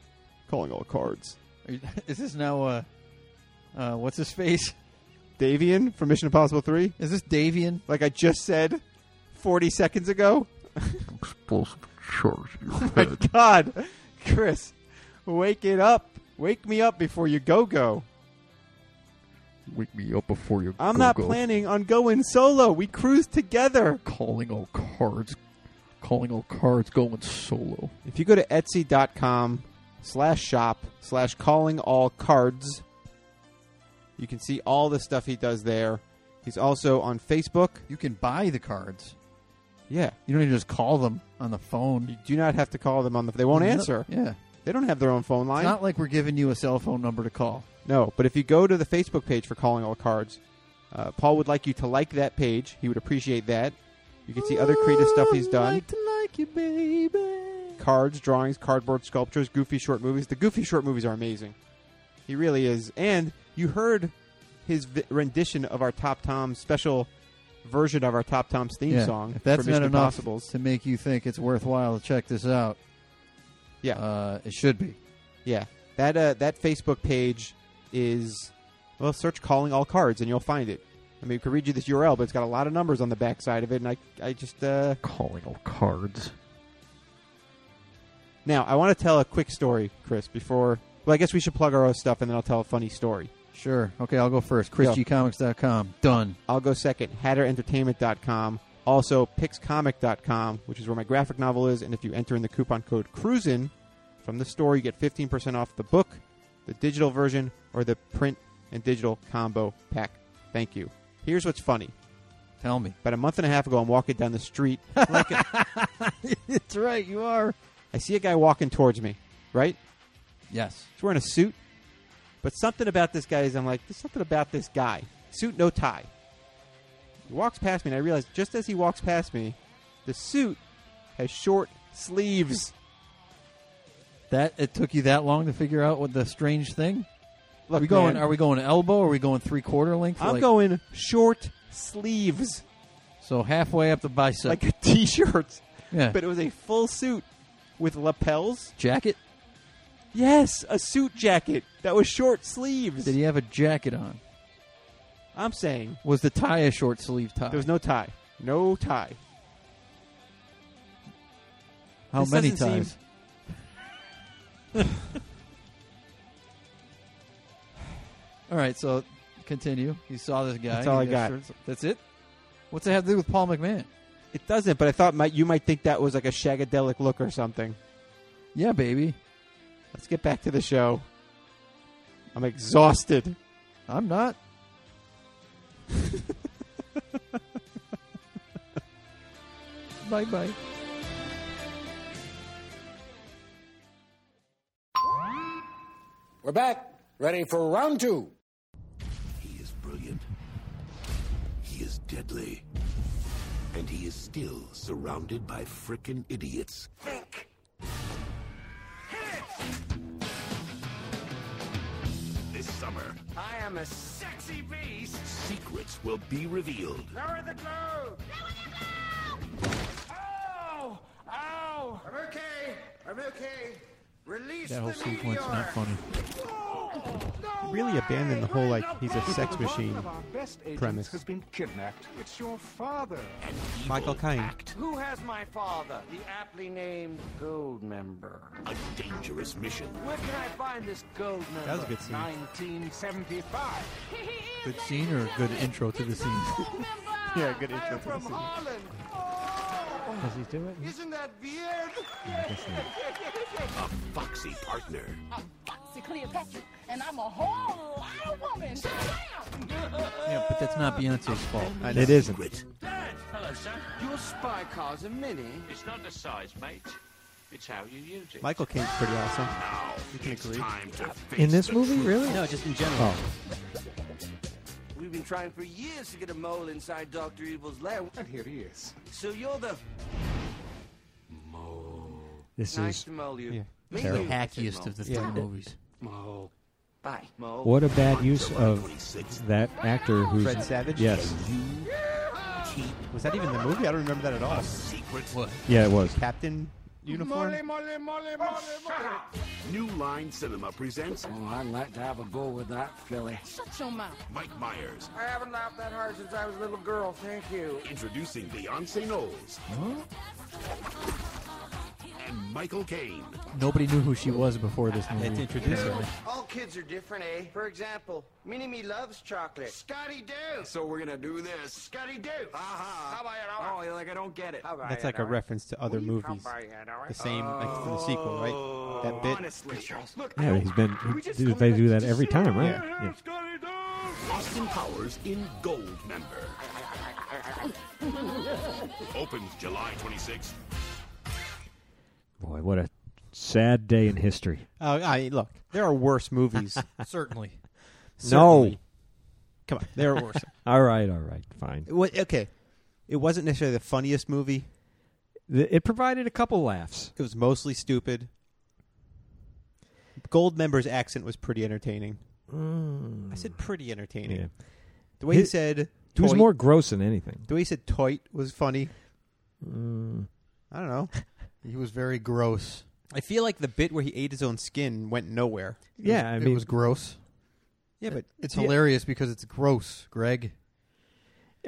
Calling all cards. Are you, is this now? Uh, uh, what's his face? Davian from Mission Impossible 3? Is this Davian? Like I just said 40 seconds ago? Explosive charge your head. God, Chris, wake it up. Wake me up before you go go. Wake me up before you. I'm go, not go. planning on going solo. We cruise together. Calling all cards. Calling all cards. Going solo. If you go to etsy.com slash shop slash calling all cards, you can see all the stuff he does there. He's also on Facebook. You can buy the cards. Yeah. You don't even just call them on the phone. You do not have to call them on the they won't answer. Yeah. It's They don't have their own phone line. not like we're giving you a cell phone number to call. No, but if you go to the Facebook page for Calling All Cards, uh, Paul would like you to like that page. He would appreciate that. You can see other creative stuff he's done. Like to like you, baby. Cards, drawings, cardboard sculptures, goofy short movies. The goofy short movies are amazing. He really is. And you heard his vi- rendition of our Top Tom special version of our Top Tom's theme Yeah. song. If that's for not Mission enough Impossibles. to make you think it's worthwhile to check this out, Yeah. uh, it should be. Yeah, that uh, that Facebook page is well, search calling all cards and you'll find it. I mean, we could read you this URL, but it's got a lot of numbers on the back side of it, and I I just uh, Calling all cards. now I want to tell a quick story, Chris. Before well, I guess we should plug our own stuff, and then I'll tell a funny story. Sure. Okay, I'll go first. Go. ChrisGComics.com. Done. I'll go second. HatterEntertainment.com. Also, PixComic.com, which is where my graphic novel is. And if you enter in the coupon code CRUISIN from the store, you get 15% off the book, the digital version, or the print and digital combo pack. Thank you. Here's what's funny. Tell me. About a month and a half ago, I'm walking down the street. That's right. You are. I see a guy walking towards me, right? Yes. He's wearing a suit. But something about this guy is, I'm like, there's something about this guy. Suit, no tie. He walks past me, and I realize just as he walks past me, the suit has short sleeves. That it took you that long to figure out what the strange thing. Look, are we going? man, Are we going elbow? Are we going three quarter length? I'm Like- going short sleeves, so halfway up the bicep. like a t-shirt, yeah. but it was a full suit with lapels. jacket. Yes, a suit jacket that was short sleeves. Did he have a jacket on? I'm saying Was the tie a short sleeve tie? there was no tie, no tie. How this many doesn't ties? seem- all right. So continue. You saw this guy. That's all I He- got. That's it. What's it have to do with Paul McMahon? It doesn't, but I thought might, you might think that was like a shagadelic look or something. Yeah, baby. Let's get back to the show. I'm exhausted. I'm not. bye bye. We're back. Ready for round two. He is brilliant. He is deadly. And he is still surrounded by frickin' idiots. Think! This summer, I am a sexy beast. secrets will be revealed. Lower the globe. Lower the globe. Ow! Ow! I'm okay. I'm okay. Release That the whole meteor. sequence not funny. Oh, no Really way. abandoned the whole, like, We're in he's a love. sex machine One of our best agents premise. has been kidnapped. It's your father. Michael Caine. Who has my father? The aptly named Gold Member. A dangerous mission. Where can I find this Gold Member? was a good scene. 1975. Good scene or good intro to the scene? Yeah, good intro I'm to the from scene. Holland. Oh, Does he do it? isn't that weird? A foxy partner. I'm Foxy Cleopatra, and I'm a whole lot of woman. Shazam! Yeah, but that's not Beyonce's fault. It isn't. Secret. Your spy car's a mini. It's not the size, mate. It's how you use it. Michael Caine's pretty awesome. Now, it's time to face In this the movie, truth. really? No, just in general. Oh, We've been trying for years to get a mole inside Dr. Evil's lab. And here he is. So you're the this nice is. to mole you. Yeah. Me The you. hackiest of the three Yeah. movies. Bye, mole. What a bad use of 26th. that actor who's. Fred Savage? Yes. Was that even the movie? I don't remember that at all. Secret. Yeah, it was. Captain uniform? New Line Cinema presents Oh, I'd like to have a go with that, Philly. Shut your mouth. Mike Myers I haven't laughed that hard since I was a little girl. Thank you. introducing Beyonce Knowles. and Michael Caine. Nobody knew who she was before this movie. All kids are different, eh? For example, Minnie Me loves chocolate. Scotty do. So we're gonna do this. Scotty do. Aha. How about you? Oh, you're like, I don't get it. That's like a reference to other movies. The same, like the sequel, right? That bit. Honestly, Charles, look, Yeah, he's been. he- They do that every time, right? Yeah. Austin Powers in Gold Member. Opens July 26th. Boy, what a sad day in history. Oh, I look. There are worse movies. Certainly. No. Certainly. Come on, there are worse. all right, all right, fine. It wa- okay, it wasn't necessarily the funniest movie. The- It provided a couple laughs. It was mostly stupid. Goldmember's accent was pretty entertaining. Mm. I said pretty entertaining. Yeah. The way he His- said It was "toit," more gross than anything. The way he said "toit" was funny. Mm. I don't know. He was very gross. I feel like the bit where he ate his own skin went nowhere. Yeah, I it mean- was gross. Yeah, but It's Yeah. hilarious because it's gross, Greg.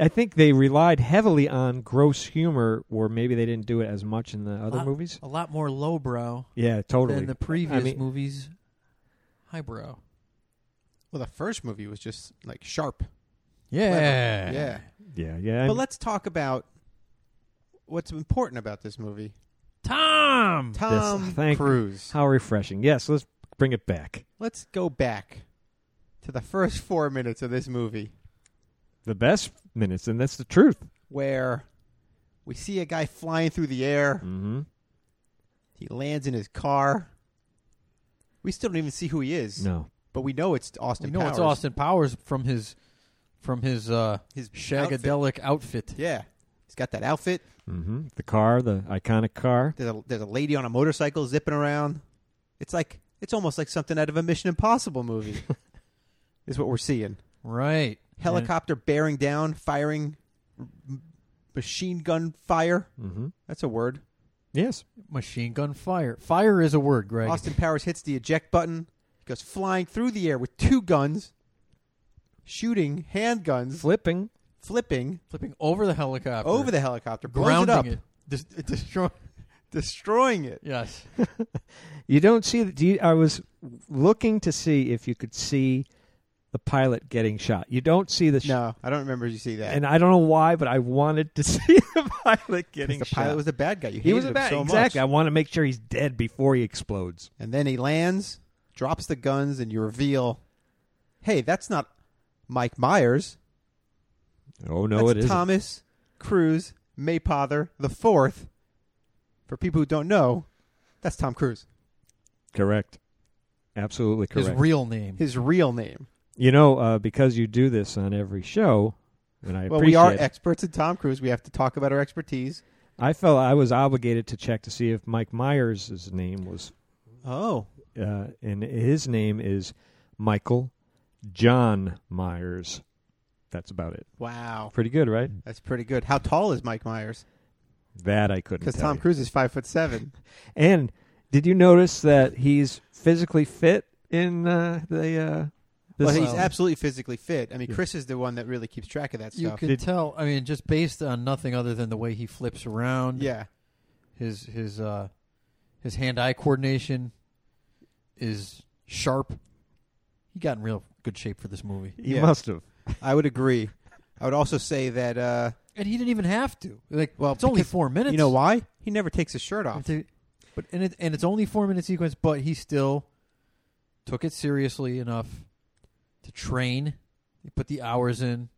I think they relied heavily on gross humor, or maybe they didn't do it as much in the other lot- movies. A lot more lowbrow Yeah, totally. than the previous I mean, movies. Highbrow. Well, the first movie was just like sharp. Yeah. Yeah. yeah, yeah. But let's talk about what's important about this movie. Tom! Yes, Tom thank- Cruise. How refreshing. Yes, let's bring it back. Let's go back to the first four minutes of this movie The best minutes, and that's the truth. where we see a guy flying through the air. Mm-hmm. He lands in his car. We still don't even see who he is. No. But we know it's You Austin know, Powers. it's Austin Powers from his from his uh His shagadelic outfit. Yeah. He's got that outfit. Mm-hmm. The car, the iconic car. There's a, there's a lady on a motorcycle zipping around. It's like it's almost like something out of a Mission Impossible movie. is what we're seeing. Right. Helicopter bearing down, firing m- machine gun fire. Mm-hmm. That's a word. Yes. Machine gun fire. Fire is a word, Greg. Austin Powers hits the eject button. He goes flying through the air with two guns, shooting handguns, Flipping. flipping Flipping over the helicopter. over the helicopter, blows it grounding up, it. Des- it destroy- destroying it. yes. You don't see the. Do you, I was looking to see if you could see the pilot getting shot. You don't see the. Sh- No, I don't remember you see that. And I don't know why, but I wanted to see the pilot getting the shot. pilot was the bad guy. You he was hated a him bad so much. exactly. I want to make sure he's dead before he explodes. And then he lands, drops the guns, and you reveal, hey, that's not Mike Myers. Oh no, that's Thomas Cruise Maypother the fourth. For people who don't know, that's Tom Cruise. Correct. Absolutely correct. His real name. His real name. you know, uh, because you do this on every show, and I well, appreciate we are it, experts in Tom Cruise. We have to talk about our expertise. I felt I was obligated to check to see if Mike Myers' name was, Oh, uh, and his name is Michael John Myers. That's about it. wow. Pretty good, right? That's pretty good. How tall is Mike Myers? That I couldn't. Because Because Tom Cruise is five foot seven. And did you notice that he's physically fit in uh, the? Uh, this well, he's film? absolutely physically fit. I mean, Chris is the one that really keeps track of that You stuff. could tell. I mean, just based on nothing other than the way he flips around. yeah. His his uh his hand eye coordination is sharp. He got in real good shape for this movie, He yeah. must have. I would agree. I would also say that uh, and he didn't even have to. Like, Well, well, it's only because- four minutes. you know why he never takes his shirt off. It's a- But and it and it's only four minute sequence, but he still took it seriously enough to train. He put the hours in.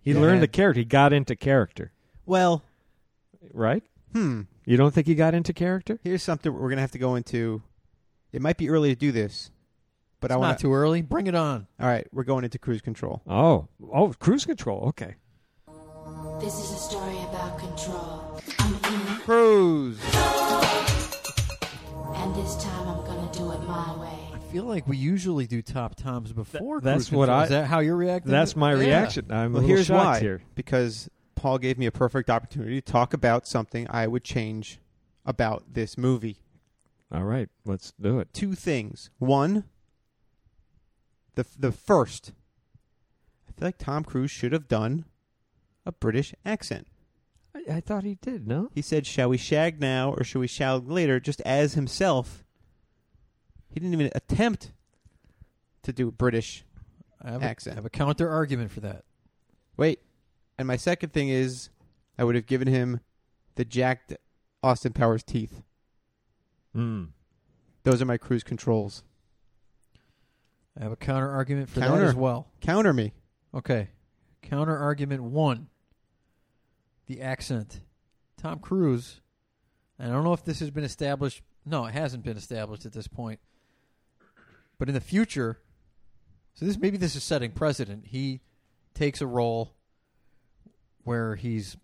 He Yeah. learned the character. He got into character, Well, right? hmm. You don't think he got into character? Here's something we're gonna have to go into. It might be early to do this, but I It's want not too early. Bring it on. All right, we're going into cruise control. Oh, oh, cruise control. Okay. This is a story about control. I'm in, Cruise. and this time I'm gonna do it my way. I feel like we usually do top toms before. that's Cruise what Control. I- Is that how you're reacting? That's my Yeah. reaction. I'm Well, a little here's shocked why. here. Because Paul gave me a perfect opportunity to talk about something I would change about this movie. All right, let's do it. Two things. One, the the first. I feel like Tom Cruise should have done a British accent. What? I thought he did. No. He said, "Shall we shag now, or shall we shag later?" Just as himself. He didn't even attempt to do a British I have a- accent. I have a counter argument for that. Wait, and my second thing is, I would have given him the jacked Austin Powers teeth. Mm. Those are my cruise controls. I have a counter argument for Counter. that as well. Counter me. Okay. Counter argument one the accent. Tom Cruise, and I don't know if this has been established. No, it hasn't been established at this point. But in the future, so this maybe this is setting precedent. He takes a role where he's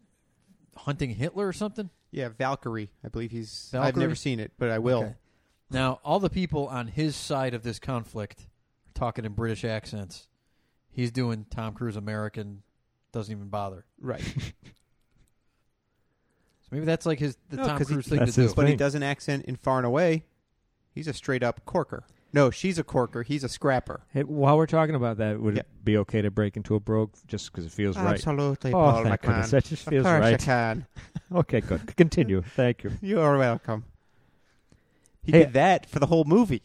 hunting Hitler or something. Yeah, Valkyrie. I believe he's. I've never Valkyrie? seen it, but I will. Okay. Now, all the people on his side of this conflict are talking in British accents. He's doing Tom Cruise American, doesn't even bother. Right. so maybe that's like his the No, Tom 'cause Cruise he, thing to do. But he does an accent in Far and Away. He's a straight up corker. No, she's a corker. He's a scrapper. Hey, while we're talking about that, would Yeah. it be okay to break into a brogue just because it feels Absolutely, right? Paul oh, thank McMahon. goodness. That just Of feels course you right. can. okay, good. C- Continue. thank you. You are welcome. He Hey- did that for the whole movie.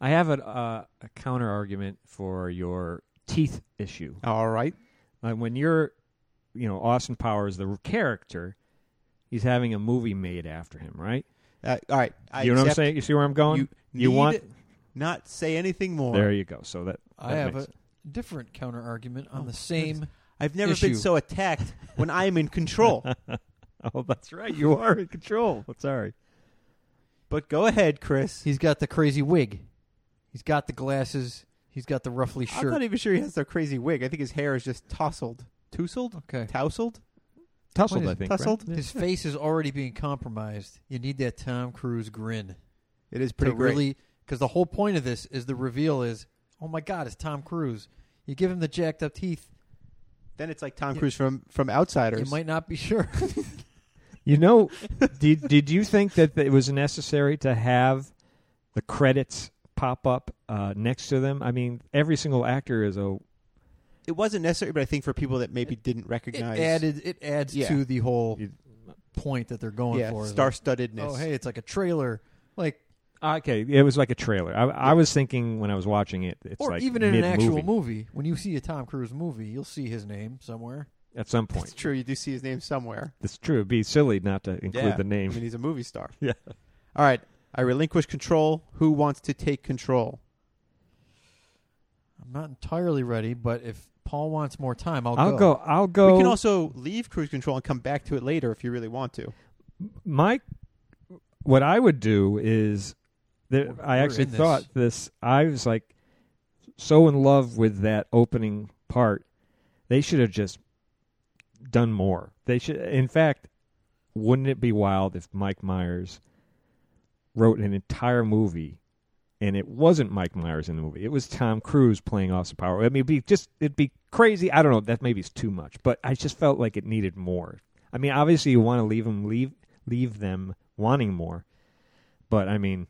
I have a, uh, a counter argument for your teeth issue. All right. Uh, when you're, you know, Austin Powers, the character, he's having a movie made after him, right? Uh, all right. I you know what I'm accept- saying? You see where I'm going? You, You need want- not say anything more. There you go. So that, I that have makes a different counter argument Oh, on the same. I've never issue. been so attacked when I'm in control. oh, that's right. You are in control. Sorry. But go ahead, Chris. He's got the crazy wig. He's got the glasses. He's got the ruffly shirt. I'm not even sure he has the crazy wig. I think his hair is just tousled. Tousled? okay. Tousled? Tussled, What is I it? think. Tussled? Right? His face is already being compromised. You need that Tom Cruise grin. It is pretty to great. really because the whole point of this is the reveal is oh my god it's tom cruise you give him the jacked up teeth Then it's like Tom Yeah. Cruise from from you Outsiders. might not be sure You know, did did you think that it was necessary to have the credits pop up uh, next to them? I mean, every single actor is a it wasn't necessary, but I think for people that maybe didn't it recognize, added it adds Yeah. to the whole You- point that they're going yeah, for is like, star-studdedness. oh hey it's like a trailer like okay. It was like a trailer. I, I was thinking when I was watching it, it's or like even in an actual mid-movie movie when you see a tom cruise movie you'll see his name somewhere at some It's point. true. You do see his name somewhere. It's true. It'd be silly not to include the I mean, name. he's a movie star. Yeah. All right. I relinquish control. Who wants to take control? i'm not entirely ready but if paul wants more time i'll, I'll go. I'll go. We can also leave cruise control and come back to it later if you really want to. my what I would do is there, We're- I we're actually in this. thought this. I was like so in love with that opening part. They should have just done more. They should. In fact, wouldn't it be wild if Mike Myers wrote an entire movie? And it wasn't Mike Myers in the movie. It was Tom Cruise playing Austin Power. I mean, it'd be just it'd be crazy. I don't know. That maybe is too much, but I just felt like it needed more. I mean, obviously you want to leave them leave leave them wanting more, but I mean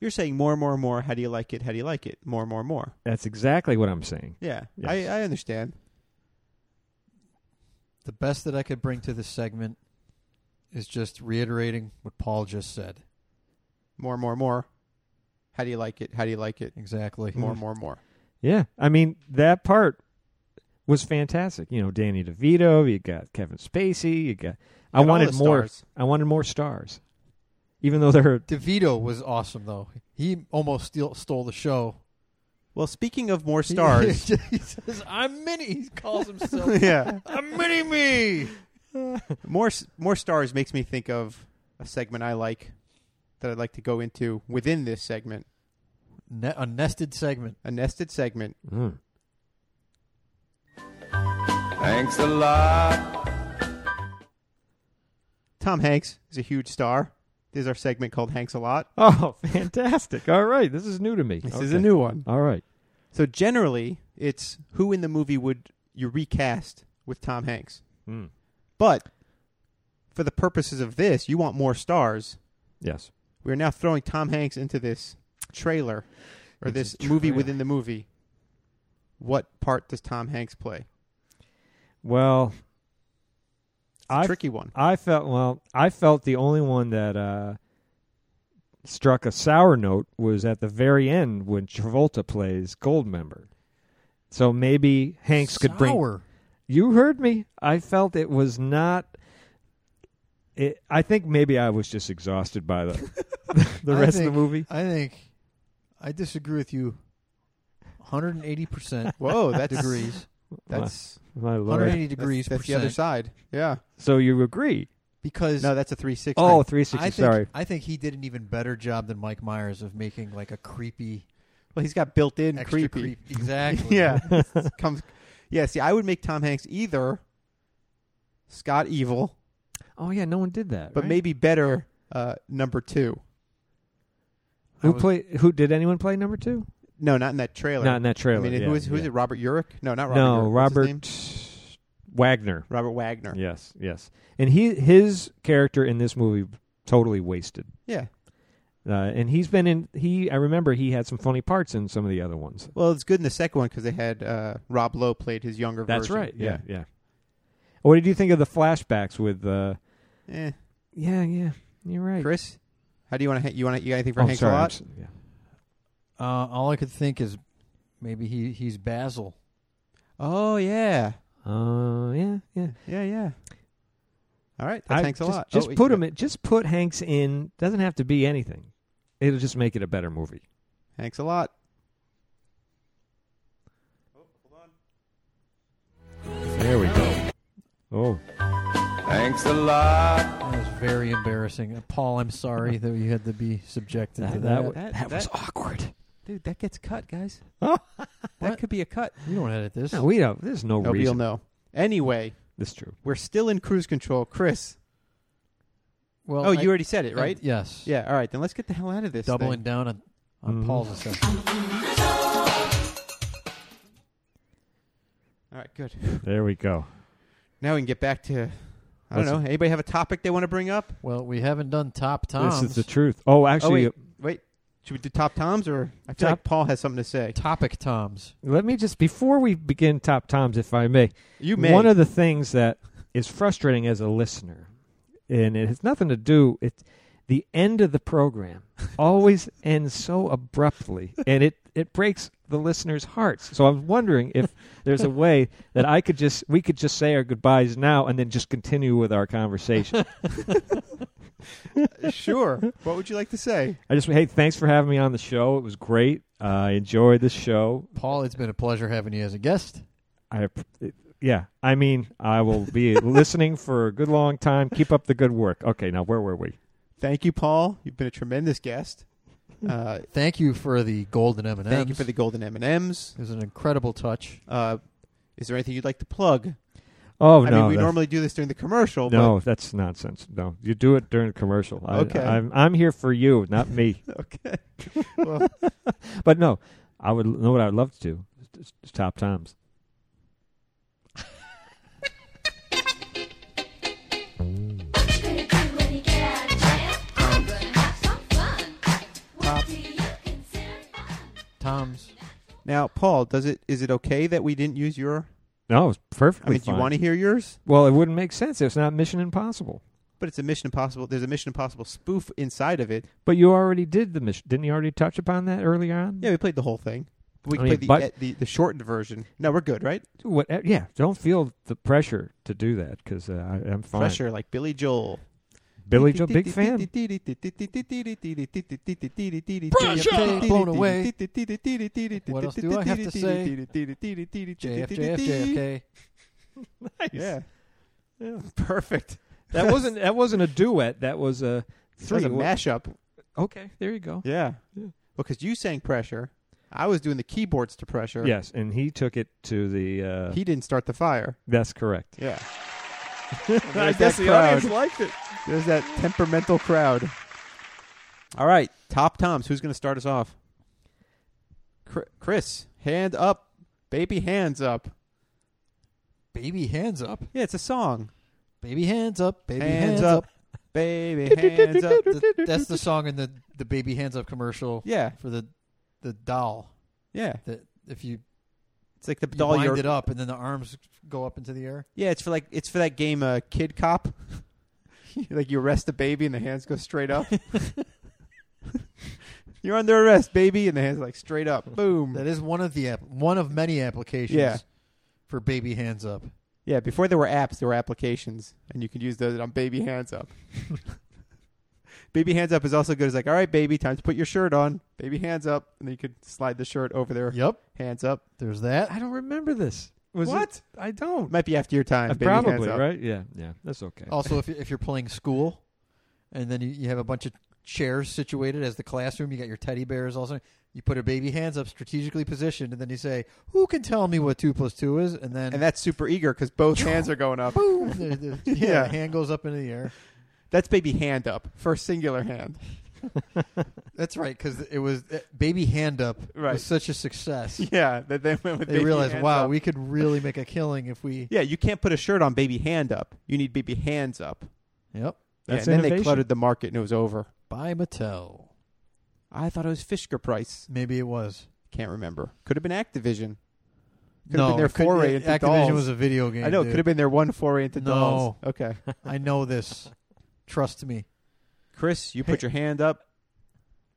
You're saying more, more, more. How do you like it? How do you like it? More, more, more. that's exactly what I'm saying. Yeah, Yes. I, I understand. the best that I could bring to this segment is just reiterating what Paul just said. More, more, more. How do you like it? How do you like it? Exactly. More, more, more. Yeah, I mean that part was fantastic. You know, Danny DeVito, you got Kevin Spacey, you got. Got I all wanted the more. stars. I wanted more stars, even though they're DeVito was awesome though. He almost steal, stole the show. Well, speaking of more stars, he says, "I'm Minnie." He calls himself. yeah, I'm Minnie Me. more s- more stars makes me think of a segment I like that I'd like to go into within this segment, Ne- a nested segment. a nested segment. Mm. Thanks a lot. Tom Hanks is a huge star. This is our segment called Hanks a Lot. Oh, fantastic! All right, this is new to me. This is a Okay. new one. All right. So generally, it's who in the movie would you recast with Tom Hanks? Mm. But for the purposes of this, you want more stars. Yes. We are now throwing Tom Hanks into this trailer or It's this a movie trailer. within the movie. What part does Tom Hanks play? Well, I tricky one. I felt well. I felt the only one that uh, struck a sour note was at the very end when Travolta plays Goldmember. So maybe Hanks could bring. Sour. You heard me. I felt it was not. It, I think maybe I was just exhausted by the the I rest think- of the movie. I think I disagree with you 180%. Whoa, that's degrees. That's My- my lord. 180 That's- degrees. That's, the other percent. side. Yeah. So you agree? Because No, that's a 360. Oh, 360, I think, sorry. I think he did an even better job than Mike Myers of making like a creepy. Well, he's got built-in extra creepy. creep- Exactly. yeah. Comes. Yeah. See, I would make Tom Hanks either Scott Evil, Oh yeah, no one did that. but right? maybe better uh, number two. who played? Who did anyone play number two? No, not in that trailer. Not in that trailer, I mean, yeah, who is who is yeah. it? Robert Urich? No, not Robert. Urich. no, What's his name? Robert Wagner. Robert Wagner. Yes, yes. And he his character in this movie totally wasted. Yeah. Uh, and he's been in he I remember he had some funny parts in some of the other ones. Well, it's good in the second one because they had uh, Rob Lowe played his younger That's version. right. Yeah, yeah. What did you think of the flashbacks with uh Eh. Yeah, yeah. You're right. Chris, how do you want to? You want to? You got anything for Oh, Hanks sorry, a I'm lot? s- yeah. Uh, all I could think is maybe he, he's Basil. Oh yeah, Uh, yeah, yeah. yeah, yeah. All right, that I- Hanks a just, lot. Just Oh, put yeah. him in just put Hanks in doesn't have to be anything. It'll just make it a better movie. Hanks a lot. There we go. Oh. Thanks a lot. That was very embarrassing. Uh, Paul, I'm sorry that you had to be subjected to that. That- that- that was awkward. Dude, that gets cut, guys. What? that could be a cut. you don't edit this. No, we don't there's no Nobody will reason. know. Anyway, That's true. we're still in cruise control, Chris. Well, oh, I- you already said it, I- right? yes. Yeah. All right, then let's get the hell out of this. Doubling thing. Mm-hmm. down on, on Mhm. Paul's assessment. All right, good. There we go. Now we can get back to. I don't Listen. know. Anybody have a topic they want to bring up? Well, we haven't done top toms. This is the truth. Oh, actually, oh wait, wait. Should we do top toms or I feel Top- like Paul has something to say. topic toms. let me just before we begin top toms, if I may. You may. One of the things that is frustrating as a listener, and it has nothing to do it. The end of the program always ends so abruptly, and it it breaks the listeners' hearts. So I'm wondering if there's a way that I could just we could just say our goodbyes now and then just continue with our conversation. sure. What would you like to say? I just hey, thanks for having me on the show. It was great. I enjoyed the show. Paul, it's been a pleasure having you as a guest. I, app- yeah, I mean, I will be listening for a good long time. Keep up the good work. Okay, now where were we? Thank you, Paul. You've been a tremendous guest. Uh, Thank you for the golden M&Ms. thank you for the golden M and M's. It was an incredible touch. Uh, is there anything you'd like to plug? Oh I no, mean, we that's- normally do this during the commercial. no, that's nonsense. No, you do it during a commercial. I, Okay. I'm I'm here for you, not me. But, okay. Well, but no, I would know what I would love to do. It's- it's top times. Toms. now, Paul, does it is it okay that we didn't use your? No, it's I perfectly. mean, do you fine. want to hear yours? Well, it wouldn't make sense. It's not Mission Impossible. But it's a Mission Impossible. There's a Mission Impossible spoof inside of it. But you already did the mission. Didn't you already touch upon that earlier on? Yeah, we played the whole thing. We I played mean, the, but- eh, the the shortened version. No, we're good, right? What? eh, Yeah. Don't feel the pressure to do that because uh, I- I'm fine. Fresher, like Billy Joel. Billy Joe, big fan. Pressure! Blown away. What else do I have to say? JF, JF, JFK. Yeah. Perfect. That wasn't that wasn't a duet. That was That a was three. a mashup. okay, there you go. Yeah. Yeah. Because you sang pressure. I was doing the keyboards to pressure. Yes, and he took it to the. Uh, He didn't start the fire. that's correct. Yeah. I guess the audience liked it. There's that temperamental crowd. All right, top toms. Who's going to start us off? Cr- Chris, hand up, baby, hands up. Baby hands up. Yeah, it's a song. Baby hands up. Baby hands, up, baby, hands up. Th- that's the song in the, the baby hands up commercial Yeah, for the the doll. yeah. That if you It's like the You doll wind you're- it up, and then the arms go up into the air. Yeah, it's for like it's for that game uh, Kid Cop. like you arrest a baby and the hands go straight up. You're under arrest, baby, and the hands like straight up. Boom. That is one of the app- one of many applications Yeah. for baby hands up. Yeah, before there were apps, there were applications, and you could use those on Baby Hands Up. baby Hands Up is also good. It's like, all right, baby, time to put your shirt on. Baby Hands Up, and then you could slide the shirt over their yep. hands up. There's that. I don't remember this. Was what? it- I don't. Might be after your time. Uh, Baby Hands probably Up. right. Yeah, yeah. That's okay. Also, if you- if you're playing school, and then you, you have a bunch of chairs situated as the classroom, you got your teddy bears. Also, you put a baby hands up, strategically positioned, and then you say, "Who can tell me what two plus two is?" And then And that's super eager because both hands are going up. boom, the, the- yeah, Yeah. the hand goes up into the air. That's Baby Hand Up, first singular hand. That's right, because it was uh, baby hand up Right. was such a success. Yeah, that they went with They Baby realized, Hands wow, Up. we could really make a killing if we. Yeah, you can't put a shirt on Baby Hand Up. You need Baby Hands Up. Yep. Yeah, That's and then they innovation. cluttered the market and it was over. By Mattel. I thought it was Fisker Price. Maybe it was. Can't remember. Could have been Activision. Could have No, been their it could- foray it- into Activision dolls. was a video game, I know. It dude. could have been their one foray into No. dolls. Okay. I know this. Trust me. Chris, you put your hand up.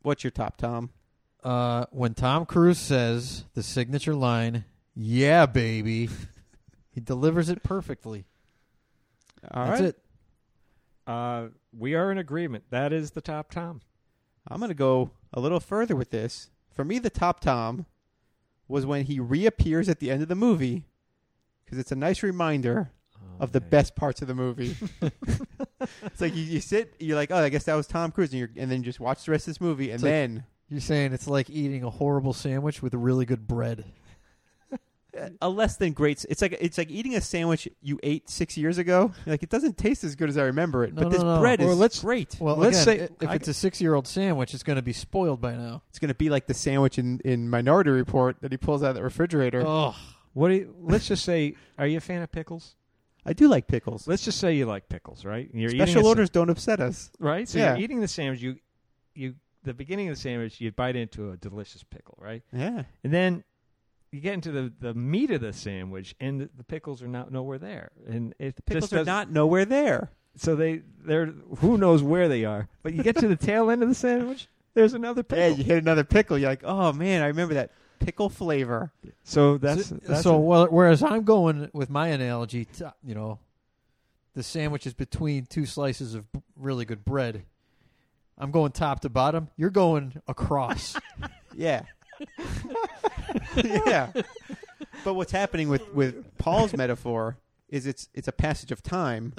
What's your top, Tom? Uh, when Tom Cruise says the signature line, "Yeah, baby," he delivers it perfectly. All That's right. it. Uh, we are in agreement. That is the top Tom. I'm going to go a little further with this. For me, the top Tom was when he reappears at the end of the movie because it's a nice reminder of the best parts of the movie. it's like you, you sit, you're like, oh, I guess that was Tom Cruise, and, you're, and then you just watch the rest of this movie, and It's like- then You're saying it's like eating a horrible sandwich with really good bread. a less than great. It's like it's like eating a sandwich you ate six years ago. You're like it doesn't taste as good as I remember it, but No, no, this no. bread Or is let's- great. Well, Let's again, say- i- if I- it's a six-year-old sandwich, it's going to be spoiled by now. It's gonna be like the sandwich in, in Minority Report that he pulls out of the refrigerator. Oh, What? Do you, let's just say, are you a fan of pickles? I do like pickles. Let's just say you like pickles, right? And You're eating Special a sa- orders don't upset us, right? So yeah, you're eating the sandwich. You, you, the beginning of the sandwich, you bite into a delicious pickle, right? yeah. And then you get into the, the meat of the sandwich, and the, the pickles are not nowhere there. And it Pickles just are doesn't- not nowhere there. So they they're who knows where they are. But you get to the tail end of the sandwich, there's another pickle. Yeah, you hit another pickle. You're like, oh man, I remember that pickle flavor. So that's so, that's so a- well, whereas I'm going with my analogy, to, you know, the sandwich is between two slices of b- really good bread. I'm going top to bottom. You're going across. Yeah. yeah. But what's happening with with Paul's metaphor is it's it's a passage of time,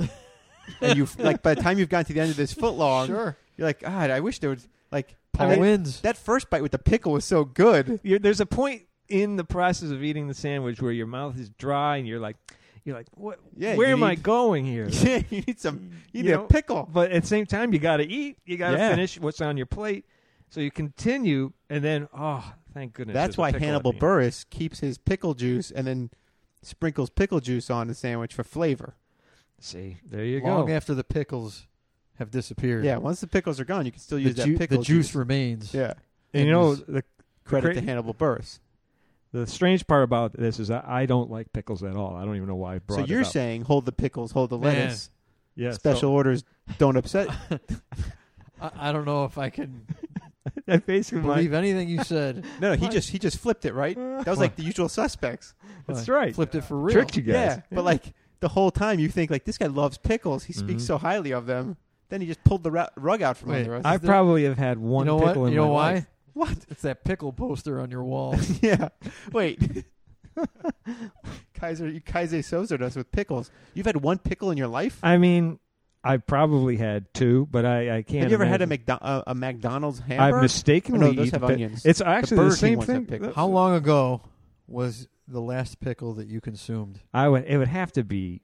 and you have like by the time you've gotten to the end of this footlong, Sure. you're like, God, I wish there was like Paul wins. That first bite with the pickle was so good. you're, there's a point in the process of eating the sandwich where your mouth is dry and you're like you're like what Yeah, where you am I need- going here? Yeah, you need some, you need You a know, pickle. But at the same time you got to eat. You got to Yeah. finish what's on your plate. So you continue and then oh, thank goodness. That's there's a why pickle at Hannibal the end. Burris keeps his pickle juice and then sprinkles pickle juice on the sandwich for flavor. See, there you long go. after the pickles have disappeared. Yeah, once the pickles are gone, you can still the, use that ju- pickle the juice remains. Yeah, And you know is- the credit cra- to Hannibal Burris. the strange part about this is I, I don't like pickles at all. I don't even know why I brought So it you're up. saying hold the pickles, hold the Man. lettuce. yeah, so- Special orders don't upset. I, I don't know if I can that basically my- believe anything you said. No, no, he What? just he just flipped it right. That was like the usual suspects. That's I right. Flipped it for real. Tricked you guys. Yeah, but like the whole time you think like this guy loves pickles. He speaks Mhm. so highly of them. Then he just pulled the ra- rug out from Wait, under us. I Is there- probably have had one you know pickle what? in You know my why? life. What? It's that pickle poster on your wall. yeah. Wait. Kaiser, you Kaiser sozered us with pickles. You've had one pickle in your life. I mean, I probably had two, but I, I can't. Have you ever had a, imagine. McDo- uh, a McDonald's hamburger? I've mistakenly Oh, no, those eaten have pi- onions. It's The actually the, Burger King same ones have thing. pickles. How How long? long ago was the last pickle that you consumed? I would. It would have to be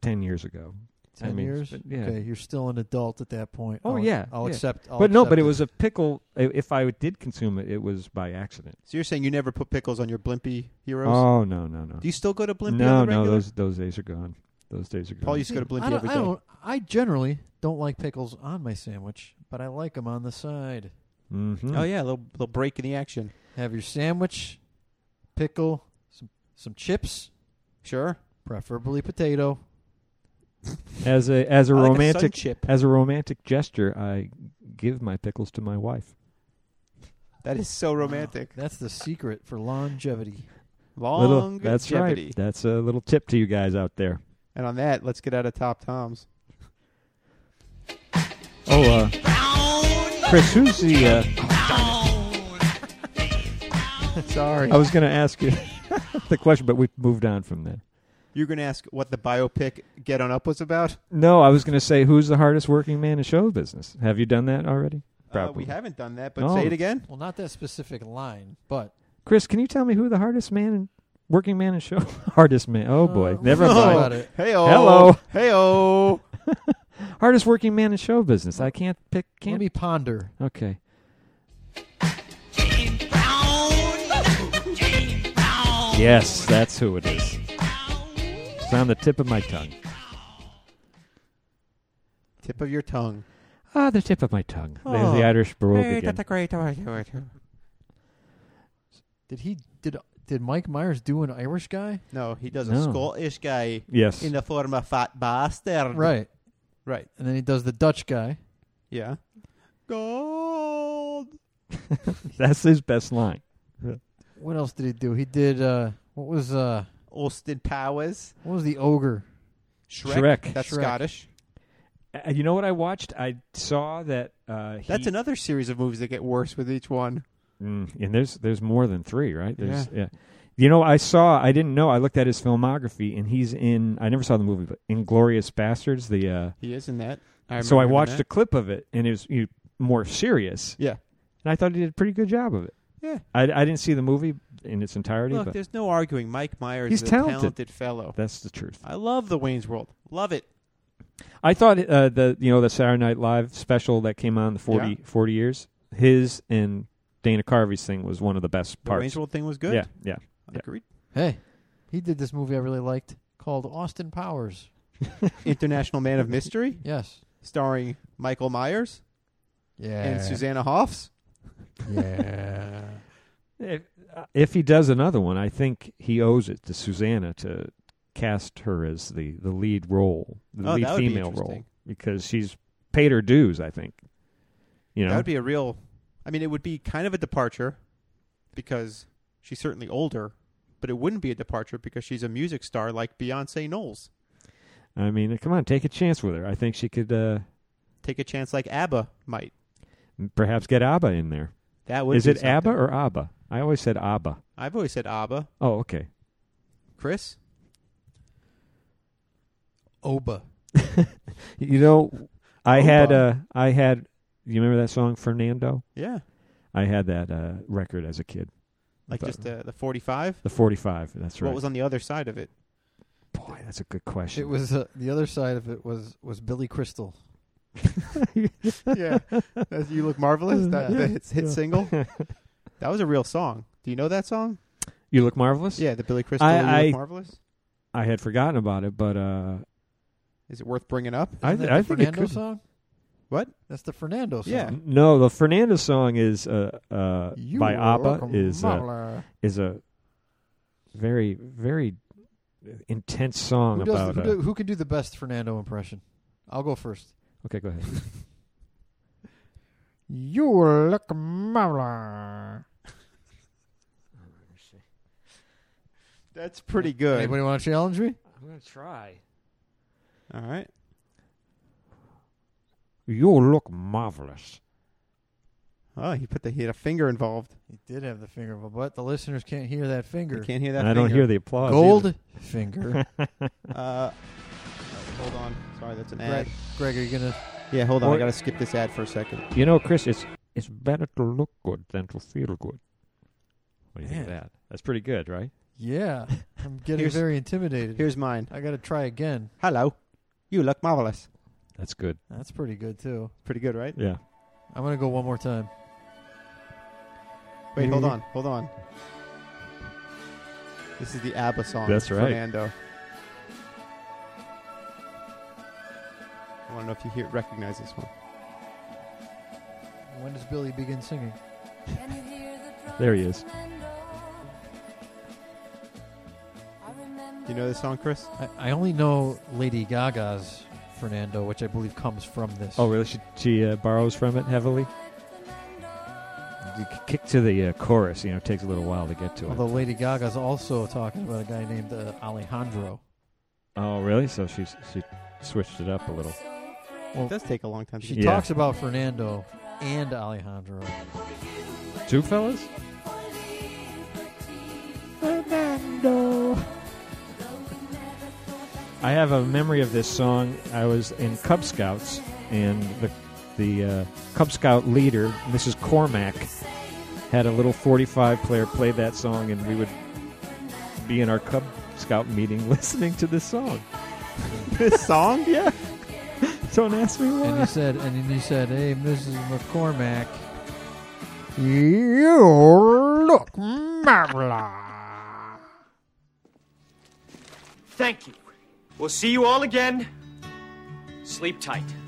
ten years ago. I Ten mean, years. but yeah. Okay, you're still an adult at that point. Oh, I'll- yeah, I'll yeah. accept. Oh, I'll but no, accept but it was a pickle. i- If I did consume it, it was by accident. So you're saying you never put pickles on your Blimpie heroes? Oh no, no, no. Do you still go to Blimpie? no, on the no. regular? Those those days are gone. Those days are gone. Paul used to go to I Blimpie don't, every I day. don't. I generally don't like pickles on my sandwich, but I like them on the side. Mhm. Oh yeah, a little, little break in the action. Have your sandwich, pickle, some some chips, sure, preferably potato. As a as a I like a sun romantic chip. as a romantic gesture, I give my pickles to my wife. That is so romantic. That's the secret for longevity. Little, Long that's right. That's a little tip to you guys out there. And on that, let's get out of Top Tom's. Oh, uh, Chris, who's the? Uh, Sorry. I was going to ask you the question, but we moved on from that. You're going to ask what the biopic Get On Up was about? Uh, No, I was going to say who's the hardest working man in show business. Have you done that already? Uh, we haven't done that, but say it again. Well, not that specific line, but Chris, can you tell me who the hardest man, in, working man in show? hardest man. Oh boy, never no. mind. Hey-o. hello, Hey-o. hardest working man in show business. I can't pick. Can't me ponder. Okay, yes, that's who it is. It's on the tip of my tongue. Tip of your tongue. Ah, the tip of my tongue. There's the Irish brogue again. great did he did did Mike Myers do an Irish guy? No, he does a No. Scottish guy. Yes. In the form of fat bastard. Right. Right. And then he does the Dutch guy. Yeah. Gold. That's his best line. What else did he do? He did uh what was uh Austin Powers. what was the ogre? Shrek. Shrek. That's Shrek. Scottish. Uh, you know what I watched? I saw that. Uh, he- That's another series of movies that get worse with each one. Mm, and there's there's more than three, right? There's, yeah. You know, I saw. I didn't know. I looked at his filmography, and he's in. I never saw the movie, but Inglorious Bastards. The uh, He is in that. I so remember him I in watched that. a clip of it, and it was you, more serious. Yeah. and I thought he did a pretty good job of it. Yeah. I, I didn't see the movie in its entirety, Look, but there's no arguing. Mike Myers He's is a talented. talented fellow. that's the truth. I love the Wayne's World. Love it. I thought uh, the you know the Saturday Night Live special that came on the 40, Yeah. 40 years, his and Dana Carvey's thing was one of the best The parts. Wayne's World thing was good. Yeah, yeah. yeah. Agreed. Hey. He did this movie I really liked called Austin Powers. International Man of Mystery, Yes. starring Michael Myers Yeah. and Susanna Hoffs. Yeah. If, uh, if he does another one, I think he owes it to Susanna to cast her as the, the lead role, the Oh, lead that would be female role, interesting. because she's paid her dues. I think. You know, That would be a real. I mean, it would be kind of a departure because she's certainly older, but it wouldn't be a departure because she's a music star like Beyonce Knowles. I mean, come on, take a chance with her. I think she could uh, Take a chance like ABBA might. perhaps get Abba in there. That would Is be it Abba something. or Abba? I always said Abba. I've always said ABBA. Oh, okay. Chris, Oba. You know, I had uh, Oba. I had. You remember that song Fernando? yeah, I had that uh, record as a kid. like But- just the the forty five. the forty-five. That's right. What was on the other side of it? Boy, that's a good question. It was uh, the other side of it was was Billy Crystal. yeah, That's- you look marvelous. That Yeah. the hit, hit single. That was a real song. Do you know that song? You look marvelous. Yeah, the Billy Crystal. I- you I- look marvelous. I had forgotten about it, but uh, Is it worth bringing up? I, Isn't that I the think Fernando it could. song? What? That's the Fernando song. Yeah. No, the Fernando song is uh, uh, You by look Abba is uh, marvelous. is a very very intense song Who, does about. the, uh, who, do, who can do the best Fernando impression? I'll go first. okay, go ahead. You look marvelous. That's pretty good. Anybody want to challenge me? I'm gonna try. All right. You look marvelous. Oh, he put the he had a finger involved. He did have the finger, but- but the listeners can't hear that You finger. can't hear that. I don't finger. hear the applause. Gold finger. Uh, hold on. Sorry, that's an ad. Greg, Greg, are you gonna? Yeah, hold on. Or- I gotta skip this ad for a second. either. You know, Chris, it's it's better to look good than to feel good. What do you think of Man. that? That's pretty good, right? Yeah, I'm getting Here's- very intimidated. Here's mine. I got to try again. Hello, you look marvelous. That's good. That's pretty good too. Pretty good, right? Yeah. I'm gonna go one more time. Wait, Mm-hmm. hold on, hold on. This is the ABBA song. That's right. Fernando. I want to know if you hear recognize this one. When does Billy begin singing? There he is. know this song, Chris? I, I only know Lady Gaga's Fernando, which I believe comes from this. Oh, really? She, she uh, borrows from it heavily. You c- kick to the uh, chorus. You know, it takes a little while to get to it. Although Lady Gaga's also talking about a guy named uh, Alejandro. Oh, really? So she she switched it up a little. it does take a long time. To She get- talks about Fernando and Alejandro. Two fellas? Fernando. I have a memory of this song. I was in Cub Scouts, and the the uh, Cub Scout leader, Mrs. Cormack, had a little 45 player play that song, and we would be in our Cub Scout meeting listening to this song. this song? Yeah. Don't ask me why. And he said, and then he said, "Hey, Mrs. McCormack, you look marvelous." Thank you. We'll see you all again. Sleep tight.